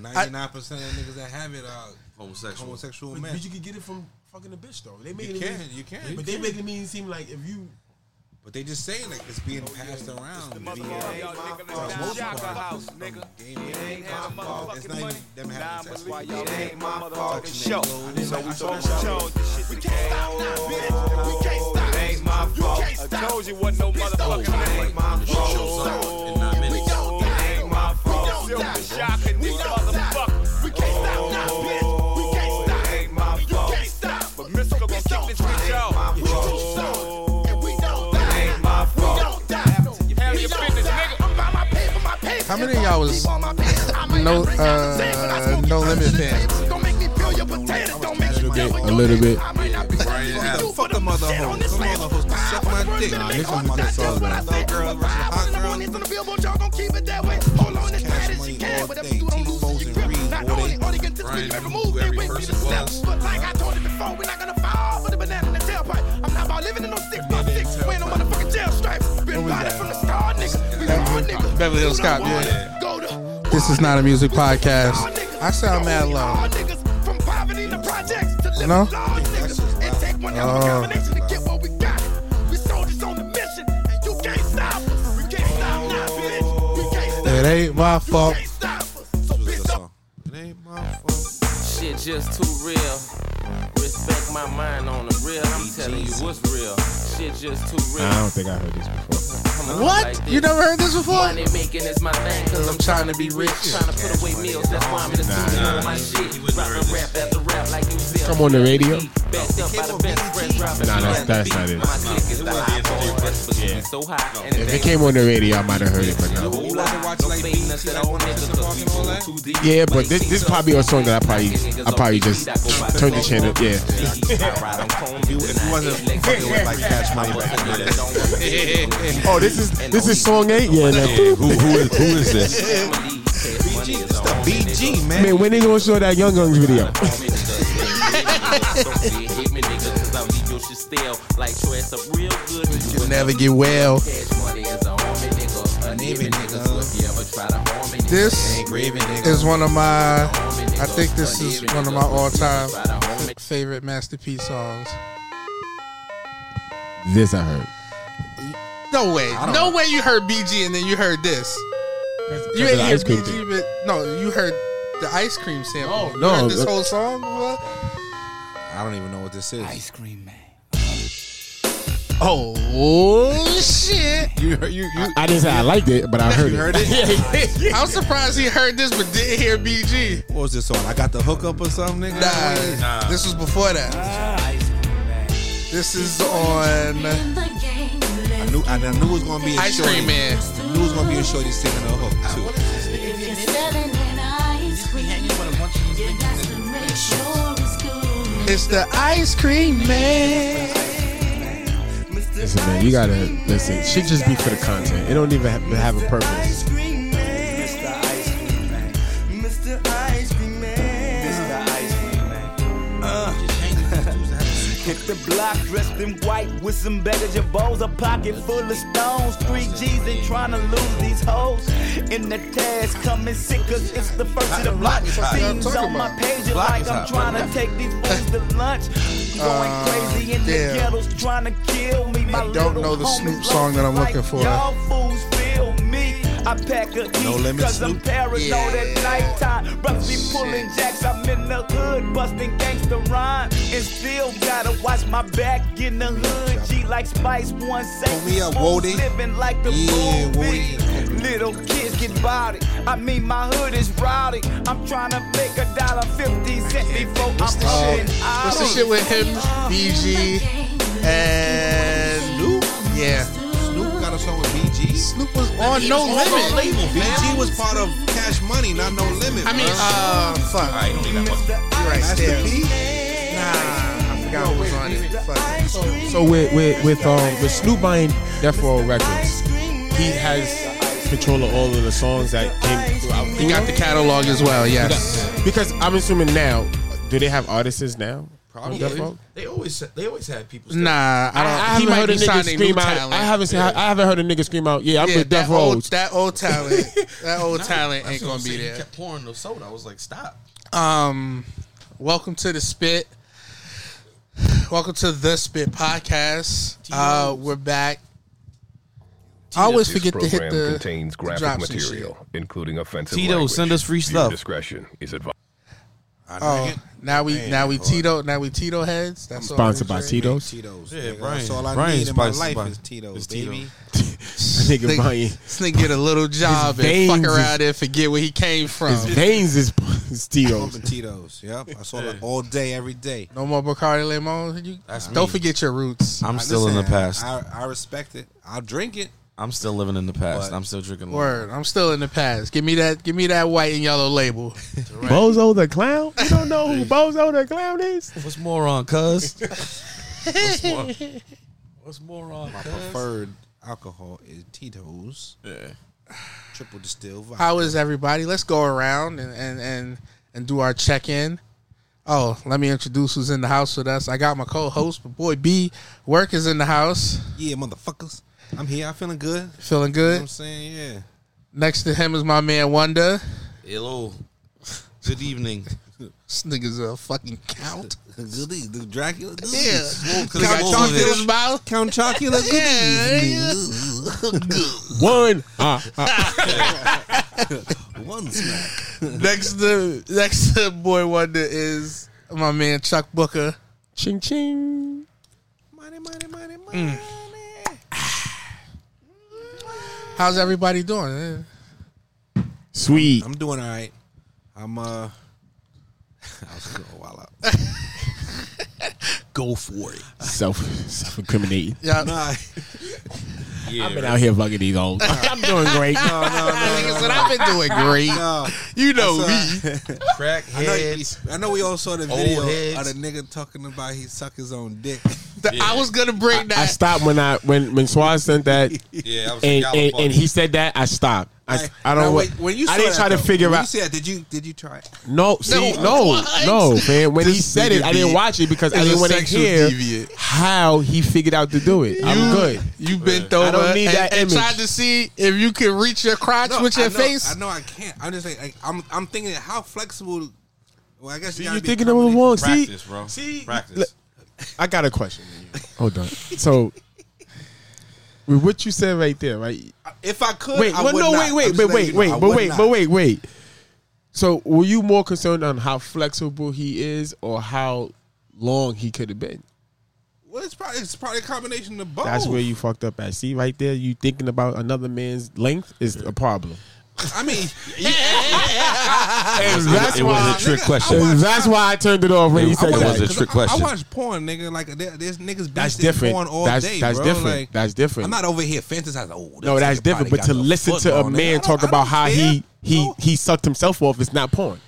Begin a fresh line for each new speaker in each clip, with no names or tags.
Ninety nine percent of niggas that have it are
homosexual.
homosexual
But,
men.
but you can get it from fucking a bitch though. They make
You
it
can,
mean-
you can.
But they make it mean seem like if you
But they just saying like Oh, it's being passed around.
Motherfucker,
via-
y'all nigga,
for the
let's
most
shop
part,
our house,
from
nigga.
gaming.
It ain't have
It's
my motherfucking
not even
money.
them having
Nah,
sex.
but why
It's
y'all ain't my motherfucking
Touching
show?
their clothes.
So we both showed this shit to gang. It ain't my fault. I told you wasn't no motherfucking thing.
This should show something in nine minutes.
It ain't my fault. Silver shocking these motherfuckers. We can't stop now, bitch. We can't stop. It ain't my fault. But Mr. gon' kick this bitch off. We too soft, and we don't die. It ain't my fault. Handle your business, nigga.
How many of y'all was no uh no limit fans?
little bit, a little bit.
Brian Adams.
Fuck the mother hoe. Come on, mother hoe. Suck my dick.
Nah, this was my song, man.
Hot girl, hot girl. Cash money all day. T Foles and Reed all day.
Brian knew who every person was.
Beverly Hills Cop, yeah. This is not a music podcast. I sound mad low.
From poverty to projects to live
No?
with large niggas. It take one hell of a
Oh.
combination to get what we got. We soldiers on the mission, and you can't stop us. We can't stop now, bitch. We can't stop.
It ain't my
You
fault.
can't stop us. So
This was
bitch,
the song. It ain't my fault.
Shit just too real. Respect my mind on the real. I'm telling you what's real. Shit just too real.
I don't think I heard this before.
Come on,
What?
like
You
this.
never heard this before?
Money making is my thing, cause I'm trying to be rich. Trying to put away meals, that's why I'm in the studio
Nah,
on my
he-
shit.
he wouldn't
Dropping
heard
rap after rap like you see.
Come on the radio.
Backed up by the best friends, dropping
Nah, that's-
the
that's
beat.
not it.
My click is the
wouldn't be
iPhone,
introduced.
that's because it's so high. And
If it came on the radio, I might have heard it, but no.
You wasn't watching like BT, like on this and fucking all that?
Yeah, but this this probably a song that I probably I probably just turned the channel. Yeah,
If you if you wasn't fucking with like Cash Money back in the day.
Oh, this is this is song eight. Yeah,
Who,
that,
who, is, who is this?
BG, it's the BG, man.
man. When they gonna show that Young Guns video?
Can never get well. This
Raven nigga.
is one of my I think this is one of my all time favorite masterpiece songs.
This I heard.
No way. No way you heard BG and then you heard this. You
That's
ain't
the
hear
ice cream
BG,
thing.
but no, you heard the ice cream sample.
Oh,
You
no,
heard this
that-
whole song? What?
I don't even know what this is.
Oh shit!
You heard- you
I, I didn't say I liked it, but I heard
you heard
it.
it?
I'm surprised he heard this but didn't hear BG.
What was this on? I got the hookup or something, nigga?
Nah,
Nah.
this was before that. This is on
I knew, I knew it was gonna be a
Ice
shorty.
Cream Man.
I knew it was gonna be a shorty singing a hook too.
It's the Ice Cream Man.
Listen, man, you gotta listen. Shit just be for the content. It don't even have, have a purpose.
Hit the block dressed in white with some baggage and bowls, a pocket full of stones. Three G's ain't trying to lose these hoes. In the task, coming sick cause it's the first of the block. Things
Talk
on my
about
page, it's
Block
like
is
I'm
hot.
trying to take these fools to lunch. Going crazy in
damn.
the ghettos, trying to kill me. My
Uh, I don't
little
know the
homies
Snoop song that I'm
lost
looking
like
for.
Y'all fools feel me. I pack a heat
Limit
cause I'm
Snoop?
paranoid
Yeah.
at nighttime. Roughly pulling jacks, I'm in the hood, busting gangster rhyme. And still gotta watch my back in the hood. G like Spice One safe.
me up,
fools
Wody.
Living like the
Yeah,
movie.
Wody.
Little kids get body. I mean, my hood is rowdy. I'm trying to make a dollar fifty cent before I'm pushing out.
What's the shit with him, BG, and Snoop? Yeah,
Snoop got a song with BG.
Snoop was on No Limit.
BG was part of Cash Money, not No Limit.
I mean,
bruh.
uh, fuck.
All right, don't need that one.
You're right
Master
there.
P?
Nah, I forgot what was on it. Fuck it.
So with with with um with Snoop buying Death Row Records, he has control of all of the songs that came throughout.
He got the catalog as well. Yes.
Because I'm assuming now, do they have artists now?
Oh,
Yeah,
Death Row?
they always they always had people. still-
Nah,
I,
I don't.
I
he
haven't
might
heard a
be
nigga
signing new
scream out.
talent.
I haven't seen, I haven't heard a nigga scream out. Yeah, I'm
Yeah,
with Death
that old,
Row.
that old talent, that old talent
That's
ain't
what I'm
gonna be
saying. He
there.
Kept pouring the soda. I was like, stop.
Um, welcome to the Spit. Welcome to the Spit podcast. Uh, we're back. I always
This
forget to hit
program
the
contains
the
graphic
drops and
material, including offensive
Tito,
language.
send us free
Viewer
stuff.
Discretion is advised.
shit. Oh, now we now we Tito now we Tito heads. That's all
Sponsored
we
by
say.
Tito's.
Tito's.
Yeah,
nigga.
Brian-
That's all I
Brian
need in my
Spice
life
Bun.
is Tito's,
It's Tito's.
baby.
Nigga, Brian.
This nigga get a little job and
veins
fuck
is-
around and forget where he came from.
His veins is, is Tito's.
Pumping Tito's. Yep. I saw that all day, every day.
No more Bacardi Limon. You,
That's
don't
me.
forget your roots.
I'm
I-
still in the
listen,
past. I,
I, I respect it. I'll drink it.
am still living in the past.
But-
I'm still drinking.
Word. I'm still in the past. Give me that. Give me that white and yellow label.
Bozo the clown? You don't know who Bozo the clown is?
What's more on, cuz?
What's more on?
My preferred alcohol is Tito's. Yeah. Triple distilled vodka.
How is everybody? Let's go around and and and, and do our check in. Oh, let me introduce who's in the house with us. I got my co-host, but boy B, work is in the house,
Yeah, motherfuckers. I'm here. I'm feeling good. You know
feeling
what I'm
good.
saying? Yeah.
Next to him is my man Wonder.
Hello. Good evening.
This nigga's a fucking count.
Goodies. The Dracula.
Yeah,
Goodies.
count
Count
chocolate in his mouth.
Count Chocula. Goodies.
One. Ah, ah.
One smack.
next to next to boy Wonder is my man Chuck Booker.
Ching ching.
Money, money, money,
Mm.
money.
How's everybody doing? Eh,
Sweet.
I'm doing all right. I'm, uh, I was going a while out.
Go for it. Self self incriminating.
Yeah,
Nah,
I've been out here fucking these old. I'm doing great.
nigga said I've been doing great.
nah.
You know
uh, So,
me.
I,
Crack
I know,
heads.
I know we all saw the
Oh, Old
video
heads.
of the nigga talking about he suck his own dick.
Th- I was gonna bring that.
I stopped when I when when Swaz sent that
Yeah, I was
and,
like,
and,
y'all
and he said that I stopped. I, I don't.
Now,
wa-
wait, when you
I
saw
didn't
that,
try
though,
to figure
when
out.
You see that? Did you did you try it?
No, see,
No,
no,
what?
no, man. When he
This
said it,
nigga
I didn't
be-
watch it because I
is
didn't
a
want to
sexual
hear
deviant.
how he figured out to do it. I'm good.
You've bent over.
I don't need
and,
that
and
image.
tried to see if you could reach your crotch
No,
with your
I know,
face.
I know I can't. I'm just like, like I'm. I'm thinking how flexible. Well, I guess you
You
gotta
are
be
thinking of the wrong? See,
Practice, bro.
See,
Practice.
I got a question. Hold on. So, with what you said right there, right?
If I could,
Wait,
I
well,
would
no,
not.
wait,
I'm
wait,
just
but
letting
wait,
you know,
wait,
I
but
would
wait,
not.
but wait, wait. So, were you more concerned on how flexible he is or how long he could have been?
Well, it's probably it's probably a combination of both.
That's where you fucked up at. See, right there, you thinking about another man's length is a problem.
I mean,
And that's
it was a
why.
trick question.
I
and that's why I turned it off when he
It
said
was
that.
a trick question.
I, I watch porn, nigga. Like there, there's niggas
That's
beasting
different.
Porn all
That's-
day,
that's
bro.
different.
Like,
That's different.
I'm not over here fantasizing. Oh,
No,
this
that's
nigga
different.
probably
But to
got the
listen
foot
to a
long, nigga. I
man
don't-
talk
I don't
about how he
care.
he
No.
he sucked himself off is not porn.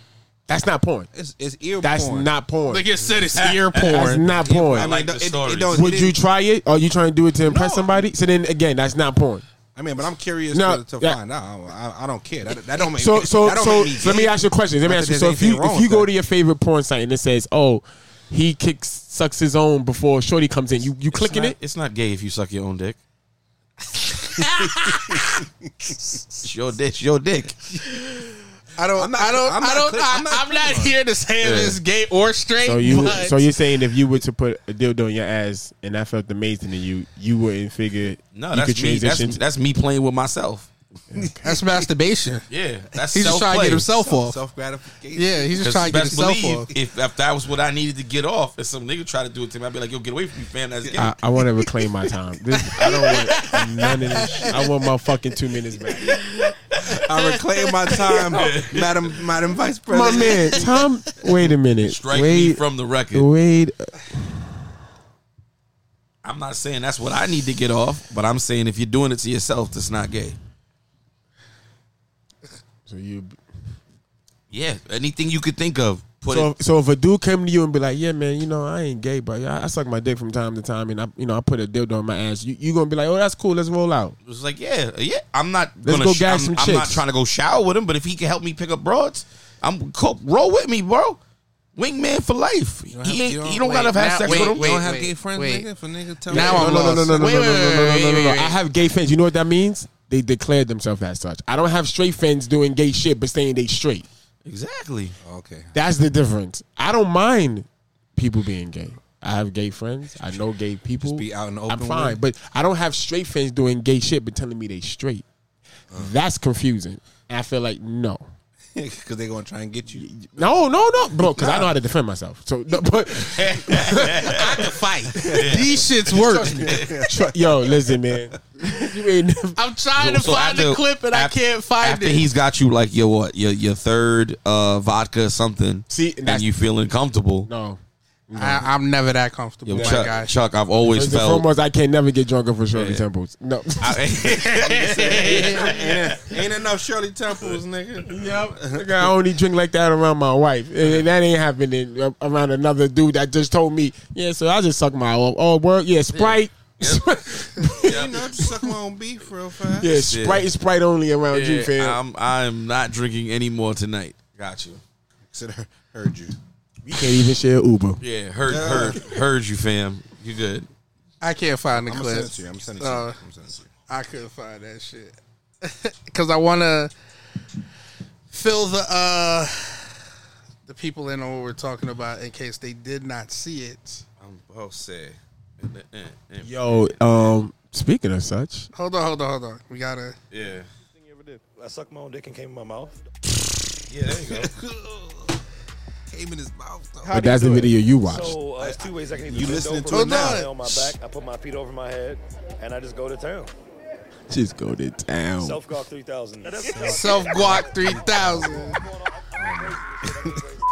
That's not porn.
It's, it's ear
That's
porn.
not porn.
Nigga said it's ear
That's
porn.
not porn.
I mean,
like the
it- it
stories.
don't-
Would
it
you
is-
try it? Are you trying to do it to impress somebody? So then again, that's not porn.
I mean, but I'm curious
No,
to, to
yeah.
find out. I, I don't care. That, that don't make
So
me,
so
that don't
so
make me
let me
gay.
ask you a question. Let me
Not
ask
that
you. So
there's
if you
anything wrong
if you
with
go
that.
to your favorite porn site and it says, "Oh, he kicks sucks his own before Shorty comes in," you you clicking
it's not,
it?
It's not gay if you suck your own dick. it's your dick. It's your dick.
I don't.
I'm not-
I don't.
I'm
I
not
don't.
clear-
I,
I'm
am
not
not,
clear.
here to say if
Yeah.
it's gay or straight.
So you
but
so you're saying if you were to put a dildo in your ass and that felt amazing to you, you wouldn't figure
No,
you could
that's me.
transition.
That's, that's me playing with myself.
that's masturbation.
Yeah, that's
He's just trying
self-play.
to get himself
Self-
off.
self-gratification.
Yeah, he's
Because
just trying to get
best
himself
believe,
off.
if, if that was what I needed to get off, and some nigga tried to do it to me, I'd be like, "Yo, get away from me, fam. That's gay."
I, I want to reclaim my time. This, I don't want none of this. Shit. I want my fucking two minutes back.
I reclaim my time, Madam Madam Vice
My
President.
man, Tom. Wait a minute.
Strike me
wait,
from the record.
wait.
I'm not saying that's what I need to get off, but I'm saying if you're doing it to yourself, that's not gay.
So you.
Yeah, anything you could think of, put
So,
it.
so if a dude came to you and be like, "Yeah, man, you know I ain't gay, but I, I suck my dick from time to time, and I, you know, I put a dildo in my ass," you you gonna be like, "Oh, that's cool. Let's roll out."
It's like, yeah, yeah. I'm not
Let's
gonna.
go
sh-
gag
I'm,
some
I'm not
chicks.
trying to go shower with him, but if he can help me pick up broads, I'm co- roll with me, bro. Wingman for life. He
don't
ain't.
have-
He
you don't-
don't gotta have
wait,
had sex
now-
with him.
wait,
You don't
wait,
have
wait,
gay friends,
wait.
nigga. If a nigga tell
Now
me,
I'm
Oh, No, no, no, no, no, no,
Wait,
no, no, no, no,
wait, wait,
no, no,
wait,
no.
wait.
I have gay friends. You know what that means? They declared themselves as such. I don't have straight friends doing gay shit but saying they straight.
Exactly.
okay,
That's the difference. I don't mind people being gay. I have gay friends. I know gay people.
be out in the
I'm
open
fine,
with
but I don't have straight friends doing gay shit but telling me they straight. That's confusing. And I feel like no.
because they're gonna try and get you.
No, no, no, bro. Because I know how to defend myself. So, no, but
I can fight.
These shits work.
tr- yo, listen, man. You ain't never,
I'm trying to
So
find
after-
the clip and I
after-
can't find
after
it.
he's got you like your what your your third uh, vodka or something.
See, and
and,
that's-
you feeling comfortable.
no.
I, I'm never that comfortable,
Yo,
Oh my
Chuck,
guy.
Chuck, I've always
First and
felt.
foremost, I can never get drunk for Shirley Temples. No,
Ain't enough Shirley Temples, nigga.
Nigga, I only drink like that around my wife, and and that ain't happening a- around another dude that just told me, yeah. So I just suck my oh, oh word, yeah, Sprite,
You know, just suck my own beef real fast.
yeah, Sprite, Sprite only around you, fam.
I'm I'm not drinking anymore tonight.
Got you. Consider heard you.
you can't even share Uber.
Yeah, heard heard heard you, fam. You good?
I can't find the
I'm gonna
clip.
send it to you. I'm sending it to you.
Uh,
I'm sending it to you.
I couldn't find that shit because I want to fill the uh the people in on what we're talking about in case they did not see it.
I'm oh say.
Yo, um, speaking of such,
Hold on, hold on, hold on. We gotta.
Yeah.
I sucked my own dick and came in my mouth.
Yeah, there you go. Came in his mouth though.
but that's the video you watched.
So uh, there's two ways I can either
You
bend
listening
over
to
and
it now?
lay on my back. I put my feet over my head, and I just go to town.
Just go to town.
Self guard 3000.
Self guac three thousand.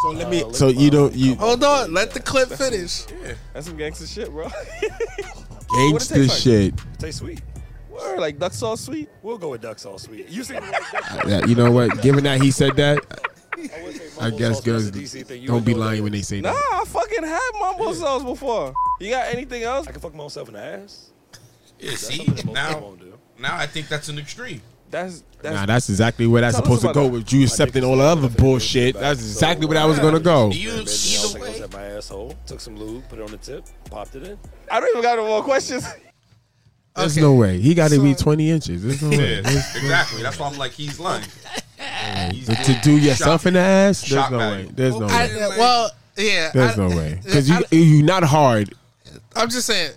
so let me. So
uh,
you don't you
Hold on, let the clip finish.
That's some gangster shit, bro.
gangster
taste
shit.
Taste sweet.
Word, like duck sauce sweet.
We'll go with duck sauce sweet. You see,
Uh, You know what? Given that he said that, I guess girls don't be lying when they say
Nah,
that.
I fucking had mumbo sauce before. You got anything else?
I can fuck myself in the ass.
Yeah, see
Something that most people
now
won't do.
now I think that's an extreme.
That's that's
Nah, that's exactly where that's
Tell
supposed
us
to
about
go
that.
with you accepting all the other bullshit. That's exactly where I was gonna go.
You
Nails
either
like
way.
at my asshole. Took some lube, put it on the tip, popped it in.
I don't even got no more questions.
There's
Okay.
no way. He got to be
So-
20 inches. There's no way. There's-
Exactly. That's why I'm like he's lying.
to, to do yourself in the ass, there's
Shock
no
value.
way. There's no
I,
way.
well, yeah.
There's
I,
no way. Because
I-
you you not hard.
I'm just saying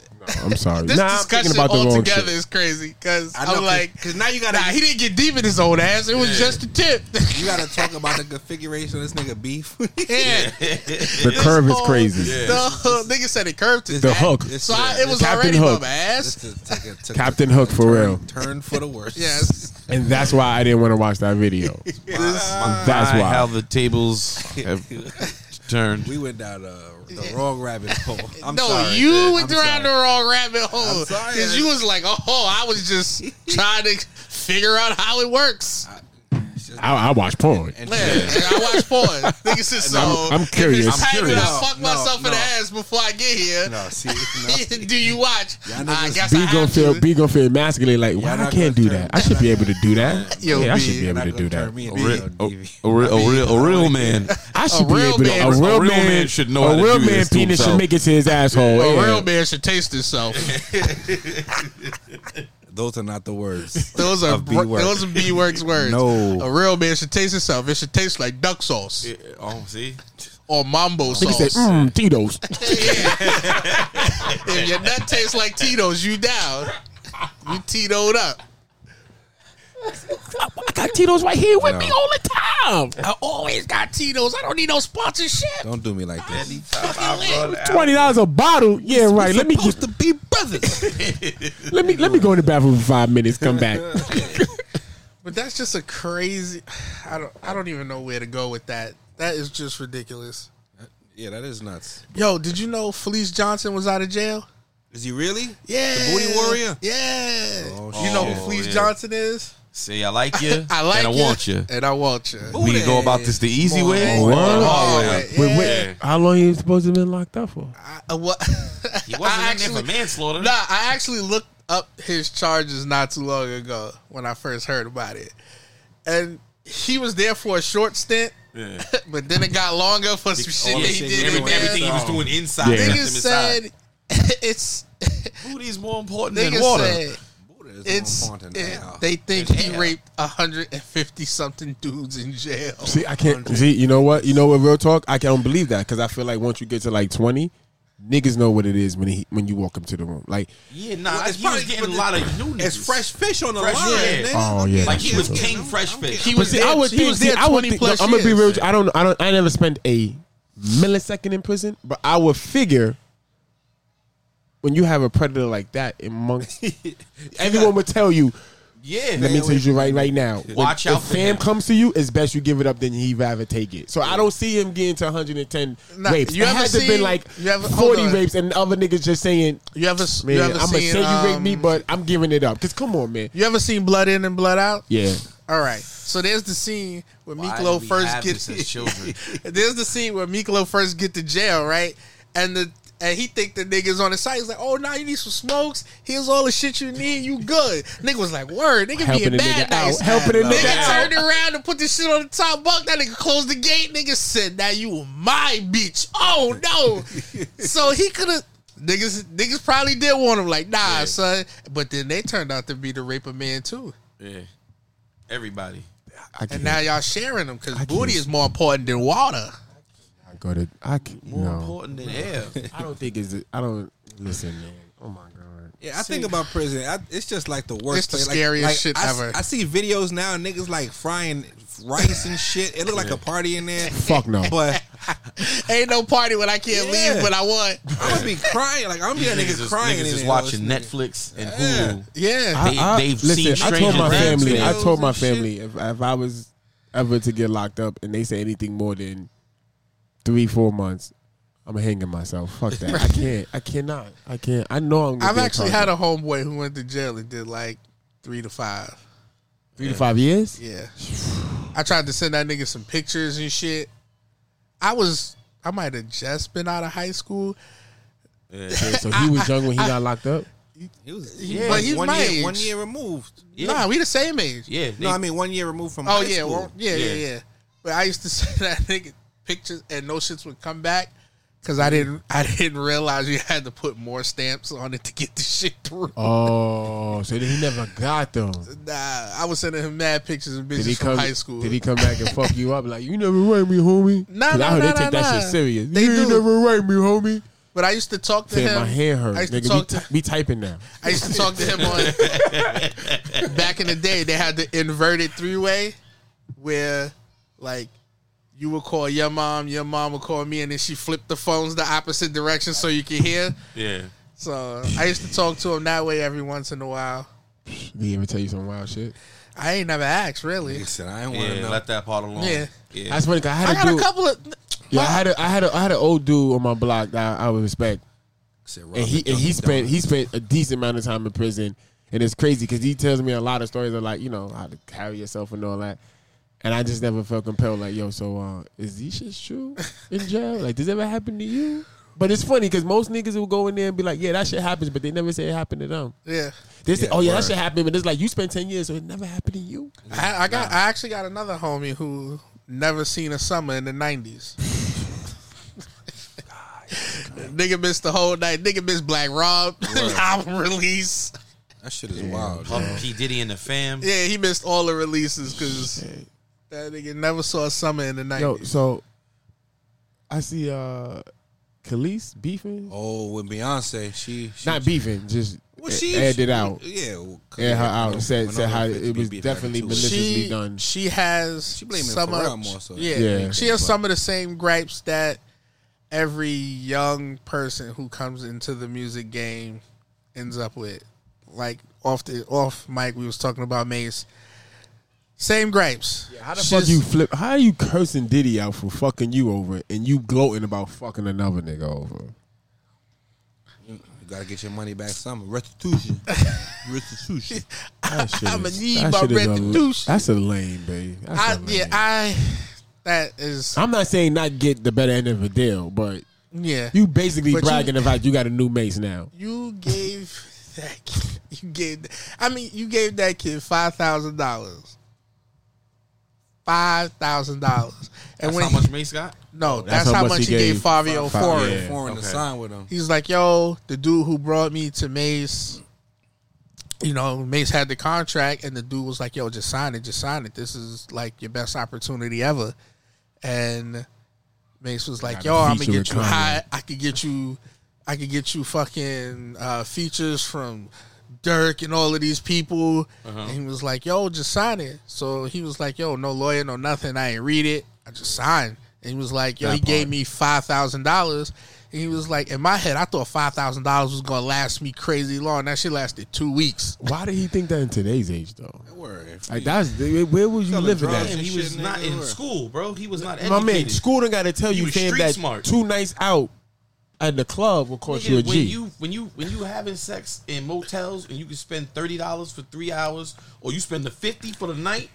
I'm sorry.
this
Nah, I'm thinking
discussion
about the wrong
altogether
shit.
is crazy. Because
I know,
I'm like,
because now you gotta
nah, he didn't get deep in his own ass. It was just a tip.
you gotta talk about the configuration of this nigga beef.
yeah.
The curve is
Oh,
crazy.
The, nigga said it curved to
The hook.
So I, it was
Captain
already
Hook.
bum ass.
Captain Hook for real.
Turn for the worse.
Yes.
And that's why I didn't want to watch that video. That's
My, how
why.
the tables have turned.
We went down uh, the wrong rabbit hole. I'm
no,
sorry.
you
man.
went
I'm
down the
sorry.
wrong rabbit hole.
I'm sorry.
Because you was like, oh, I was just trying to figure out how it works.
I, I watch porn.
Man, I watch porn. Nigga said so.
I'm- I'm curious.
If it's
I'm
tight,
curious.
I fuck
No,
myself in
no.
the ass before I get here.
No, see, no.
Do you watch? I
niggas
guess I
B gonna
have
feel
to.
B gonna feel emasculated. Like, why
not
I can't
gonna
do
turn-
that? I should be able to do that.
Yo,
Yeah, I
B,
should be
you're
able to do that. Oh.
Me
A
into
real, a,
DV.
a real, a real, a real man.
I should be
real
able to.
man-
A real
a real
man
man should know how
A
to
real
do
man
this to
penis should
himself.
make it to his asshole.
A
yeah.
real man should taste himself.
Those are not the words.
Those are
Of B
br-
work.
those are B works words.
No.
a real man should taste itself. It should taste like duck sauce
Oh, see,
or mambo
Nigga said,
sauce.
mm, Tito's.
If your nut tastes like Tito's, you down. You Tito'd up.
I got Tito's right here with
No.
me all the time.
I always got Tito's. I don't need no sponsorship.
Don't do me like this.
Twenty dollars a bottle. Yeah, right. Let me get,
Supposed to be brothers.
let me let me go in the bathroom for five minutes. Come back.
But that's just a crazy. I don't. I don't even know where to go with that. That is just ridiculous.
yeah, that is nuts.
Yo, did you know Felice Johnson was out of jail?
Is he really?
Yeah,
The booty warrior?
Yeah,
Oh,
you know
shit.
who Felice
Yeah.
Johnson is.
see, I like you.
I like
and I
ya,
want you.
and I want you.
We can go about this the easy way.
What?
Oh, yeah.
Wait, wait. How long you supposed to have been locked up for?
I, uh, what?
He wasn't
I
in there for
actually-
manslaughter.
Nah, I actually looked up his charges not too long ago when I first heard about it, and he was there for a short stint,
Yeah.
but then it got longer for some shit
all
that
the
he
shit,
did. in
Oh, every-
there.
everything he was doing inside,
Niggas
left him
said
inside.
it's.
Booty's more important
niggas
than water.
Said,
is more
it's
important than
it,
air.
they think
Than
he
air.
raped hundred and fifty something dudes in jail.
See, I can't. See, you know what? You know what? Real talk. I can't believe that because I feel like once you get to like twenty, niggas know what it is when he when you walk into the room. Like,
Yeah, nah,
Well, it's
he
probably-
was getting
but
a
the-
lot of new niggas.
it's fresh fish on the
Fresh
line,
fish.
nigga. Oh, yeah,
like
that's
he
true,
was
though.
king fresh fish.
He was
see,
there.
I would
he
think.
was there
see, I would
twenty
think.
plus
I'm gonna be
years.
real. with you, I don't. I don't. I never spent a millisecond in prison, but I would figure when you have a predator like that amongst everyone would tell you.
Yeah,
Let me
man,
tell you right right now.
Watch
if,
out
If
for
fam
him.
comes to you, it's best you give it up than he rather take it. So I don't see him getting to 110
Nah,
rapes.
you
it
ever
had to
seen-
been like
you ever- hold
40
on.
rapes and other niggas just saying,
You ever?
Man,
you
I'm
ever
gonna
seen?
say you raped me,
um,
but I'm giving it up. Cause come on, man.
You ever seen Blood In and Blood Out?
Yeah.
All right. So there's the scene where
Why
Miklo
did we
first
have
get
this as children?
there's the scene where Miklo first get to jail, right? And the and he think the niggas on his side. He's like, "Oh, now you need some smokes. Here's all the shit you need. You good?" Nigga was like, "Word, nigga
Helping
being
the
bad
nigga
nice."
out. Helping the nigga
nigga
out.
turned around and put this shit on the top bunk. That nigga closed the gate. Nigga said, "Now you my bitch." Oh no! so he could have. Niggas, niggas probably did want him like, nah, son. But then they turned out to be the rape of man too.
Yeah, everybody.
I can't,
And now y'all sharing them because booty is more important than water.
I go to. I can't,
More
no.
important than air.
I don't think it's. I don't listen, man. Oh my god.
Yeah, I think about prison. I, it's just like the worst.
It's the
place. Like-
scariest
like,
shit
I, s-
ever.
I see videos now, niggas like frying rice and shit. It looked like a party in there.
Fuck no.
But
Ain't no party when I can't
Yeah.
leave, but I want.
I'm gonna be crying. Like I'm gonna be that nigga
just,
crying.
niggas
in
just
there.
watching Netflix and Hulu.
Yeah.
They- they've seen
I told
Stranger
my
Things,
family.
man.
I told my
and shit.
family if if I was ever to get locked up and they say anything more than three four months, I'm hanging myself. Fuck that. I can't. I cannot. I can't. I know I'm. Gonna
I've actually had a homeboy who went to jail and did like three to five.
three to five years.
Yeah. I tried to send that nigga some pictures and shit. I was, I might have just been out of high school,
So he was young when he got locked up.
He was,
Yeah,
but he's
one
my
year,
age.
one year removed.
Nah, we the same age.
Yeah,
No,
they-
I mean one year removed from.
Oh
high
yeah,
school.
well, yeah, yeah,
Yeah.
yeah, But I used to send that nigga pictures, and no shits would come back because I didn't, I didn't realize you had to put more stamps on it to get the shit through.
Oh, so then he never got them.
Nah, I was sending him mad pictures and
Did he
bitches from
come?
high school.
Did he come back and fuck you up? Like you never write me, homie.
Nah,
'Cause I
nah,
heard
nah,
they take
nah,
that
nah.
shit serious.
They
you ain't
do.
never write me, homie.
But I used to talk to
Damn,
him.
my hand hurt.
I used to
Nigga,
talk
we,
to.
t- we typing now.
I used to talk to him on. back in the day, they had the inverted three way, where like you would call your mom, your mom would call me, and then she flipped the phones the opposite direction so you could hear.
yeah.
So I used to talk to him that way every once in a while.
Did he ever tell you some wild shit?
I ain't never asked really.
He said I ain't want to
Yeah,
know.
let that part alone.
Yeah.
yeah.
That's funny. 'cause I had
I
a
got
dude.
a couple of.
yeah, I had a, I had a, I had an old dude on my block that I, I would respect,
Said,
and he and he spent he spent a decent amount of time in prison, and it's crazy because he tells me a lot of stories of like you know how to carry yourself and all that, and I just never felt compelled like yo, so uh, is these shits true in jail? Like, does ever happen to you? But it's funny because most niggas will go in there and be like, yeah, that shit happens, but they never say it happened to them.
Yeah,
They say,
Yeah,
oh yeah, that
word.
shit happened, but it's like you spent ten years, so it never happened to you.
I, I got. I actually got another homie who never seen a summer in the nineties. Nigga missed the whole night. Nigga missed Black Rob album release.
That shit is wild.
Puff P Diddy and the fam.
Yeah, he missed all the releases because that nigga never saw a summer in the
Yo,
nineties.
so I see uh Khalees beefing.
Oh, with Beyonce, she, she
Not beefing, just
well,
a-
she
aired it out.
Yeah, well,
Aired her out.
Winona-
said said how
Winona
it was
beefed her
definitely
too.
maliciously
She
done.
she has
She blaming
some
Pharrell
of
more so.
yeah,
Yeah.
she has some of the same gripes that every young person who comes into the music game ends up with. Like off the off mic, we was talking about Mace. Same gripes.
How the
She's-
fuck you flip? How you cursing Diddy out for fucking you over, and you gloating about fucking another nigga over?
You gotta get your money back. Some restitution. restitution.
That shit
I'ma
is-
need
that
my
shit is a-
restitution.
That's a lame, baby. That's
I
a lame.
yeah I that is
I'm not saying not get the better end of a deal, but
yeah
you basically
But you-
bragging about you got a new mace now.
you gave that kid, you gave I mean you gave that kid five thousand dollars five thousand dollars.
That's how much Mace got?
No, that's, how, much he gave, Fabio
Fa-
Foreign.
yeah, Foreign to okay. sign with him.
He's like, yo, the dude who brought me to Mace. You know, Mace had the contract, and the dude was like, "Yo, just sign it, just sign it. This is like your best opportunity ever." And Mace was like,
Got
"Yo,
a
I'm gonna
feature
get
with
you
Kanye."
high. I could get you, I could get you fucking uh, features from Dirk and all of these people."
Uh-huh.
And he was like, "Yo, just sign it." So he was like, "Yo, no lawyer, no nothing. I ain't read it. I just signed." And he was like, "Yo,
That
he gave me five thousand dollars." And he was like, "In my head, I thought five thousand dollars was gonna last me crazy long. That shit lasted two weeks."
Why did he think that in today's age though? Like that's where was you living at?
He was not in school, bro. He was not
My
educated.
man, school done got to tell
He
you,
was
fam,
street
that
smart.
two nights out at the club will cost
Nigga,
you a
when
G.
you when you when you having sex in motels and you can spend thirty dollars for three hours, or you spend the fifty for the night.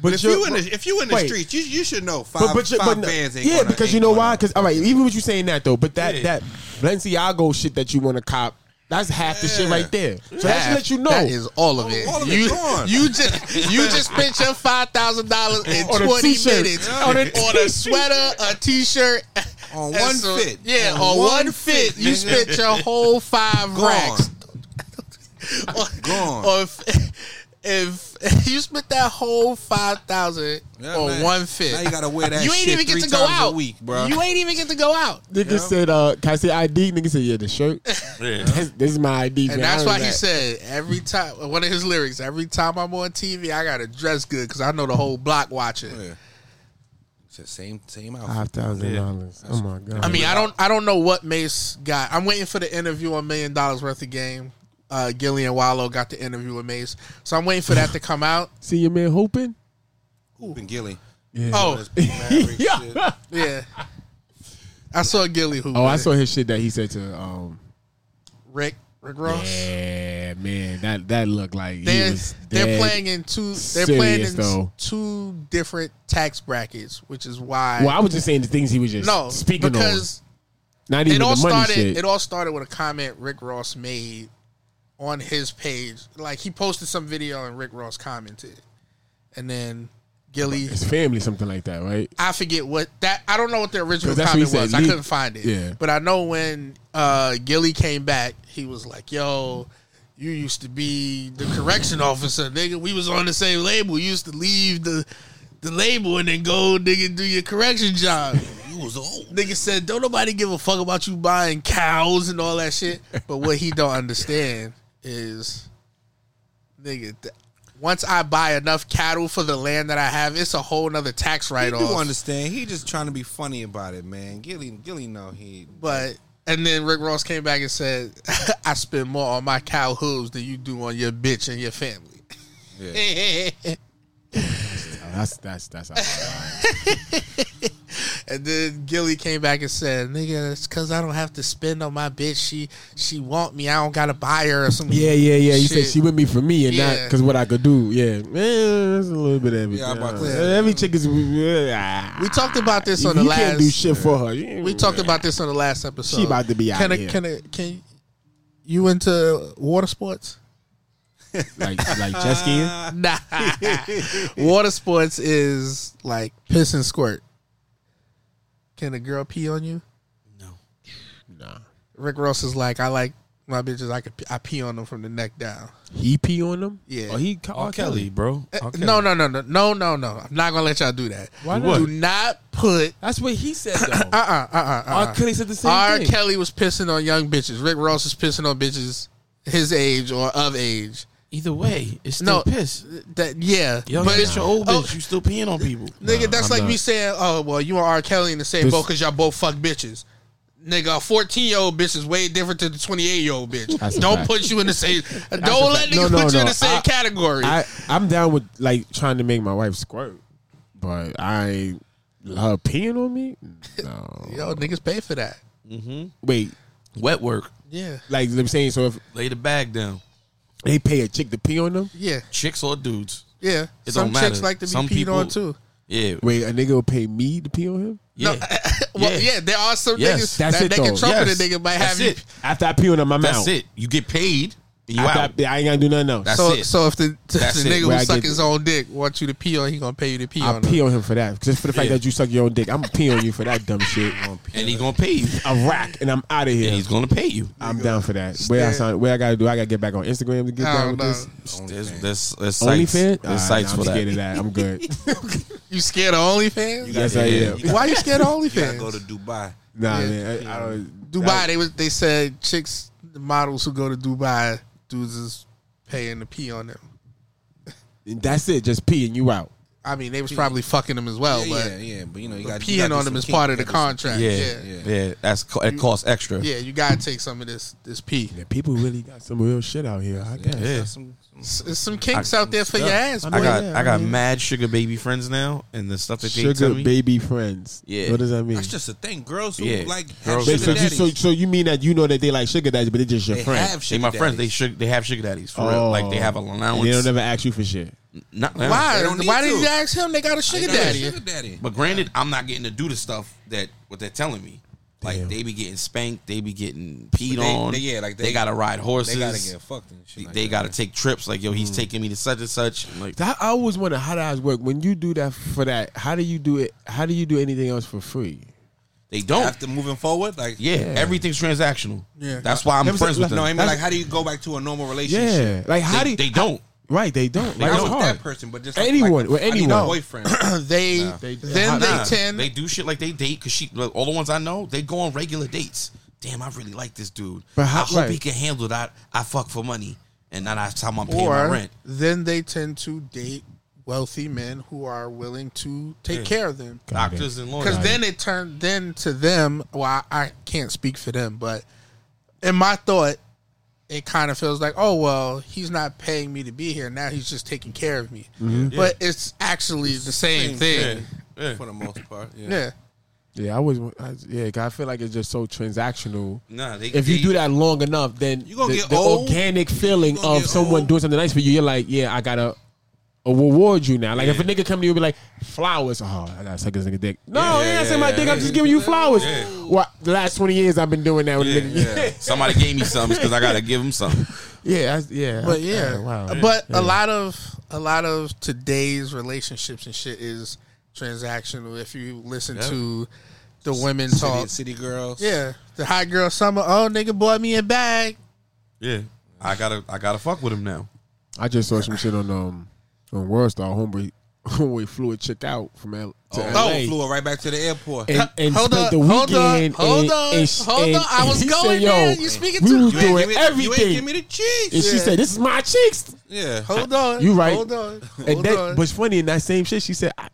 But
if
you're-
you in the- if you in the
wait.
streets,
you, you should know
but but, you, but yeah, because you know why? Because all right, even with you saying that though, but that
Yeah.
that Balenciago shit that you want to cop, that's half the shit right there. So that should
Half.
let you know
That is all of it.
All of
you,
it's gone.
you just you just spent your five thousand dollars in
On a
twenty
t-shirt.
minutes
On
on
a
a,
t-
sweater, a t-shirt,
on
and
one
some-
fit.
Yeah,
On
on,
one
one,
fit,
fit, you
nigga.
spent your whole five
Gone.
racks. Gone. Or if, if you spent that whole five thousand
Yeah,
on
man.
one fit,
Now you gotta wear that
You ain't
shit
even
three
get to go
times a
out.
week, bro.
You ain't even get to go out.
Nigga said, uh, "Can I say ID?" Nigga said, "Yeah, the shirt."
Yeah.
That's- this is my ID, man.
And
I
that's
don't
why he
like-
said every time one of his lyrics. Every time I'm on TV, I gotta dress good because I know the whole block watching.
It's the same same
Five
outfit.
thousand dollars. Oh my god.
I mean, I don't, I don't know what Mace got. I'm waiting for the interview on Million Dollars Worth of Game. Uh, Gillian Wallow got the interview with Mace, so I'm waiting for that to come out.
see your man hoping.
Been Gilly.
Yeah.
Oh,
Yeah.
yeah. I saw Gilly who.
Oh, I
was
saw
it?
his shit that he said to um.
Rick. Rick Ross.
Yeah, man, that that looked like he
They're,
was
they're
dead
playing in two. They're playing
serious,
in
though.
two different tax brackets, which is why.
Well, I was just saying the things he was just
no
speaking
because
on. Not even
it all
the money
started.
shit.
It all started with a comment Rick Ross made on his page. Like he posted some video and Rick Ross commented, and then Gilly,
his family, something like that, right?
I forget what that. I don't know what the
'Cause
original
that's what he
comment was.
said,
I
leak-
couldn't find it.
yeah.
but I know when uh, Gilly came back, he was like, "Yo." You used to be the correction officer, nigga. We was on the same label. You used to leave the the label and then go, nigga, do your correction job.
You was old.
Nigga said, don't nobody give a fuck about you buying cows and all that shit. But what he don't understand is, nigga, th- once I buy enough cattle for the land that I have, it's a whole nother tax
He
write
do
off.
understand. He just trying to be funny about it, man. Gilly, Gilly, no, he.
But and then Rick Ross came back and said, I spend more on my cow hooves than you do on your bitch and your family.
That's that's that's.
and then Gilly came back and said, "Nigga, it's because I don't have to spend on my bitch. She she want me. I don't gotta buy her or something."
yeah, yeah, yeah. He said she with me for me and not
Yeah.
because what I could do. Yeah, man, that's a little bit of everything. Uh,
Yeah, I'm about to say.
every chick is. Yeah.
We talked about this
If
on the
you
last.
can't do shit for her, you-
We talked about this on the last episode.
She about to be out
can
here.
A, can a, can you into water sports?
like like jet skiing.
Nah. water sports is like piss and squirt. Can a girl pee on you?
Nah.
Rick Ross is like, I like my bitches. I could pee- I pee on them from the neck down.
He pee on them.
Yeah.
Oh, he R. Kelly,
bro.
Uh, No, no, no, no, no, no, no. I'm not gonna let y'all do that.
Why not?
Do not put.
That's what he said though.
Uh uh uh uh.
R. Kelly said the same
R.
thing.
Kelly was pissing on young bitches. Rick Ross is pissing on bitches his age or of age.
Either way, it's
No,
still piss.
That yeah,
Young
but
bitch or old
oh,
bitch, you still peeing on people.
nigga, that's
I'm
like
not.
me saying, oh well, you and R. Kelly in the same
This-
boat because y'all both fuck bitches. Nigga, a fourteen year old bitch is way different to the twenty eight year old bitch.
That's a
don't
fact.
put you in the same.
That's a
don't let
fact.
niggas
No,
put
no,
you in
no.
the same
I-
category.
I I'm down with like trying to make my wife squirt, but I her peeing on me. No.
Yo, niggas pay for that.
Mm-hmm.
Wait,
Wet work.
Yeah.
Like I'm saying, so if
Lay the bag down.
they pay a chick to pee on them,
Yeah.
Chicks or dudes.
Yeah.
It
Some
don't matter.
chicks like to be
Some
peed
people-
on, too.
Yeah.
Wait, a nigga will pay me to pee on him?
Yeah.
Well, yeah, there are some niggas
That's
that
it,
they can
though.
trumpet
Yes.
a nigga by
That's
having.
it.
After I pee on him, I'm
That's
out.
it. You get paid.
You
After
out.
I, I ain't gotta do nothing else.
so, so if the, if
That's
the
it. Where
nigga
I
who suck
get-
his own dick wants you to pee on, he gonna pay you to pee
I
on. him.
pee on him for that, just for the fact
Yeah.
that you suck your own dick. I'm gonna pee on you for that dumb shit.
And he gonna pay you
a rack, and I'm out of here. he's
gonna pay you.
I'm down for that. Where I
Stand-
sign, where I gotta do? I gotta get back on Instagram to get
I
down
don't
with
know.
this.
There's, there's, there's sites.
OnlyFans?
There's
Alright,
sites
nah, I'm
for that.
scared of that. I'm good.
You scared of OnlyFans?
Yes, I am.
Why you scared of
You gotta
OnlyFans?
go to Dubai.
Nah, man. I, I don't,
Dubai, they was they said chicks, the models who go to Dubai, dudes is paying to pee on them.
That's it. Just pee and you out.
I mean, they was probably fucking them as well,
Yeah,
but
yeah, yeah, but you know, you
but
gotta- you
peeing
gotta do
on them
some
is
kink,
part
you
of the
gotta do some
contract.
Yeah,
Yeah,
yeah, That's co- it costs extra.
Yeah, you gotta take some of this this pee.
Yeah, people really got some real shit out here. I guess.
Yeah.
S- There's some kinks out there for your ass.
I
boy.
got I got
mean-
mad sugar baby friends now, and the stuff that they tell
Sugar
me.
baby friends.
Yeah.
What does that mean?
That's just a thing. Girls who
Yeah.
like have
Wait,
sugar
so, you,
daddies.
so, so you mean that you know that they like sugar daddies, but they just your
they
friend?
have sugar. They my friends. They sugar. They have sugar daddies for real.
Oh.
Like they have an allowance.
And they don't ever ask you for shit.
Not,
Why?
they don't need
Why did
to.
you ask him? They got a sugar
They got a
daddy.
sugar daddy. But granted, I'm not getting to do the stuff that what they're telling me. Like they be getting spanked, they be getting peed But they- on. they- yeah, like, they, they- gotta ride they horses. gotta get fucked and shit like they that, gotta man. take trips. Like yo,
Mm.
he's taking me to such and such. I'm Like
That, I always wonder how does work when you do that for that. How do you do it? How do you do anything else for free?
they don't.
After
moving forward, like yeah,
Yeah.
everything's transactional.
Yeah.
that's why I'm
Never
friends
said-
with them.
no, I mean, like,
do you go back to a normal
Yeah, like how
they,
do you,
they don't?
Right, they don't.
They
like,
don't.
it's
Not with that
hard.
person, but just like-
anyone
like,
with
I need
anyone.
a boyfriend.
they then they
Nah,
tend
they do shit like they date because she all the ones I know they go on regular dates. Damn, I really like this dude.
But how-
I hope
right.
he can handle that. I fuck for money, and then I tell him I'm paying my
or
rent.
then they tend to date wealthy men who are willing to take
Yeah.
care of them.
Got it. Doctors and lawyers.
Because then it turned then to them. Well, I, I can't speak for them, but in my thought, it kind of feels like, oh well, he's not paying me to be here now. He's just taking care of me.
Mhm.
But it's actually the same, thing.
for the most part.
yeah.
Yeah, I was. I, yeah, 'cause I feel like it's just so transactional.
Nah, they-
if you
they-
do that long enough, then
You gonna
the,
get
the
old.
organic feeling of someone doing something nice for you, you're like, yeah, I gotta uh, reward you now. Like if a nigga come to you and be like, flowers, oh, I gotta suck this nigga dick. No, yeah, I ain't sucking my dick. I'm just giving you flowers. What the last twenty years I've been doing that with a nigga. Yeah,
Somebody gave me something because I gotta give him something.
yeah, I, yeah.
But
I-
yeah, Uh,
I- wow.
but
Yeah.
a lot of a lot of today's relationships and shit is transactional. If you listen
Yeah.
to the women
City-
talk,
city girls.
yeah, the hot girl summer. Oh, nigga, bought me a bag.
Yeah, I gotta I gotta fuck with him now.
I just saw some shit on um on World Star. Homeboy, homeboy flew a chick out from L to LA.
flew her right back to the airport.
and, and
Oh, Hold
spent
up,
the
hold up,
weekend.
hold
and,
up,
and sh-
hold
and-
up. I
and
was
he
going
said, Yo,
there. You speaking
we
to-
was
You ain't
doing
give me- you ain't
everything.
give me the cheeks.
And she
Yeah.
said, "This is my cheeks."
Yeah,
Hold on,
You right?
Hold on, hold
and that
on.
was funny in that same shit. She said, I,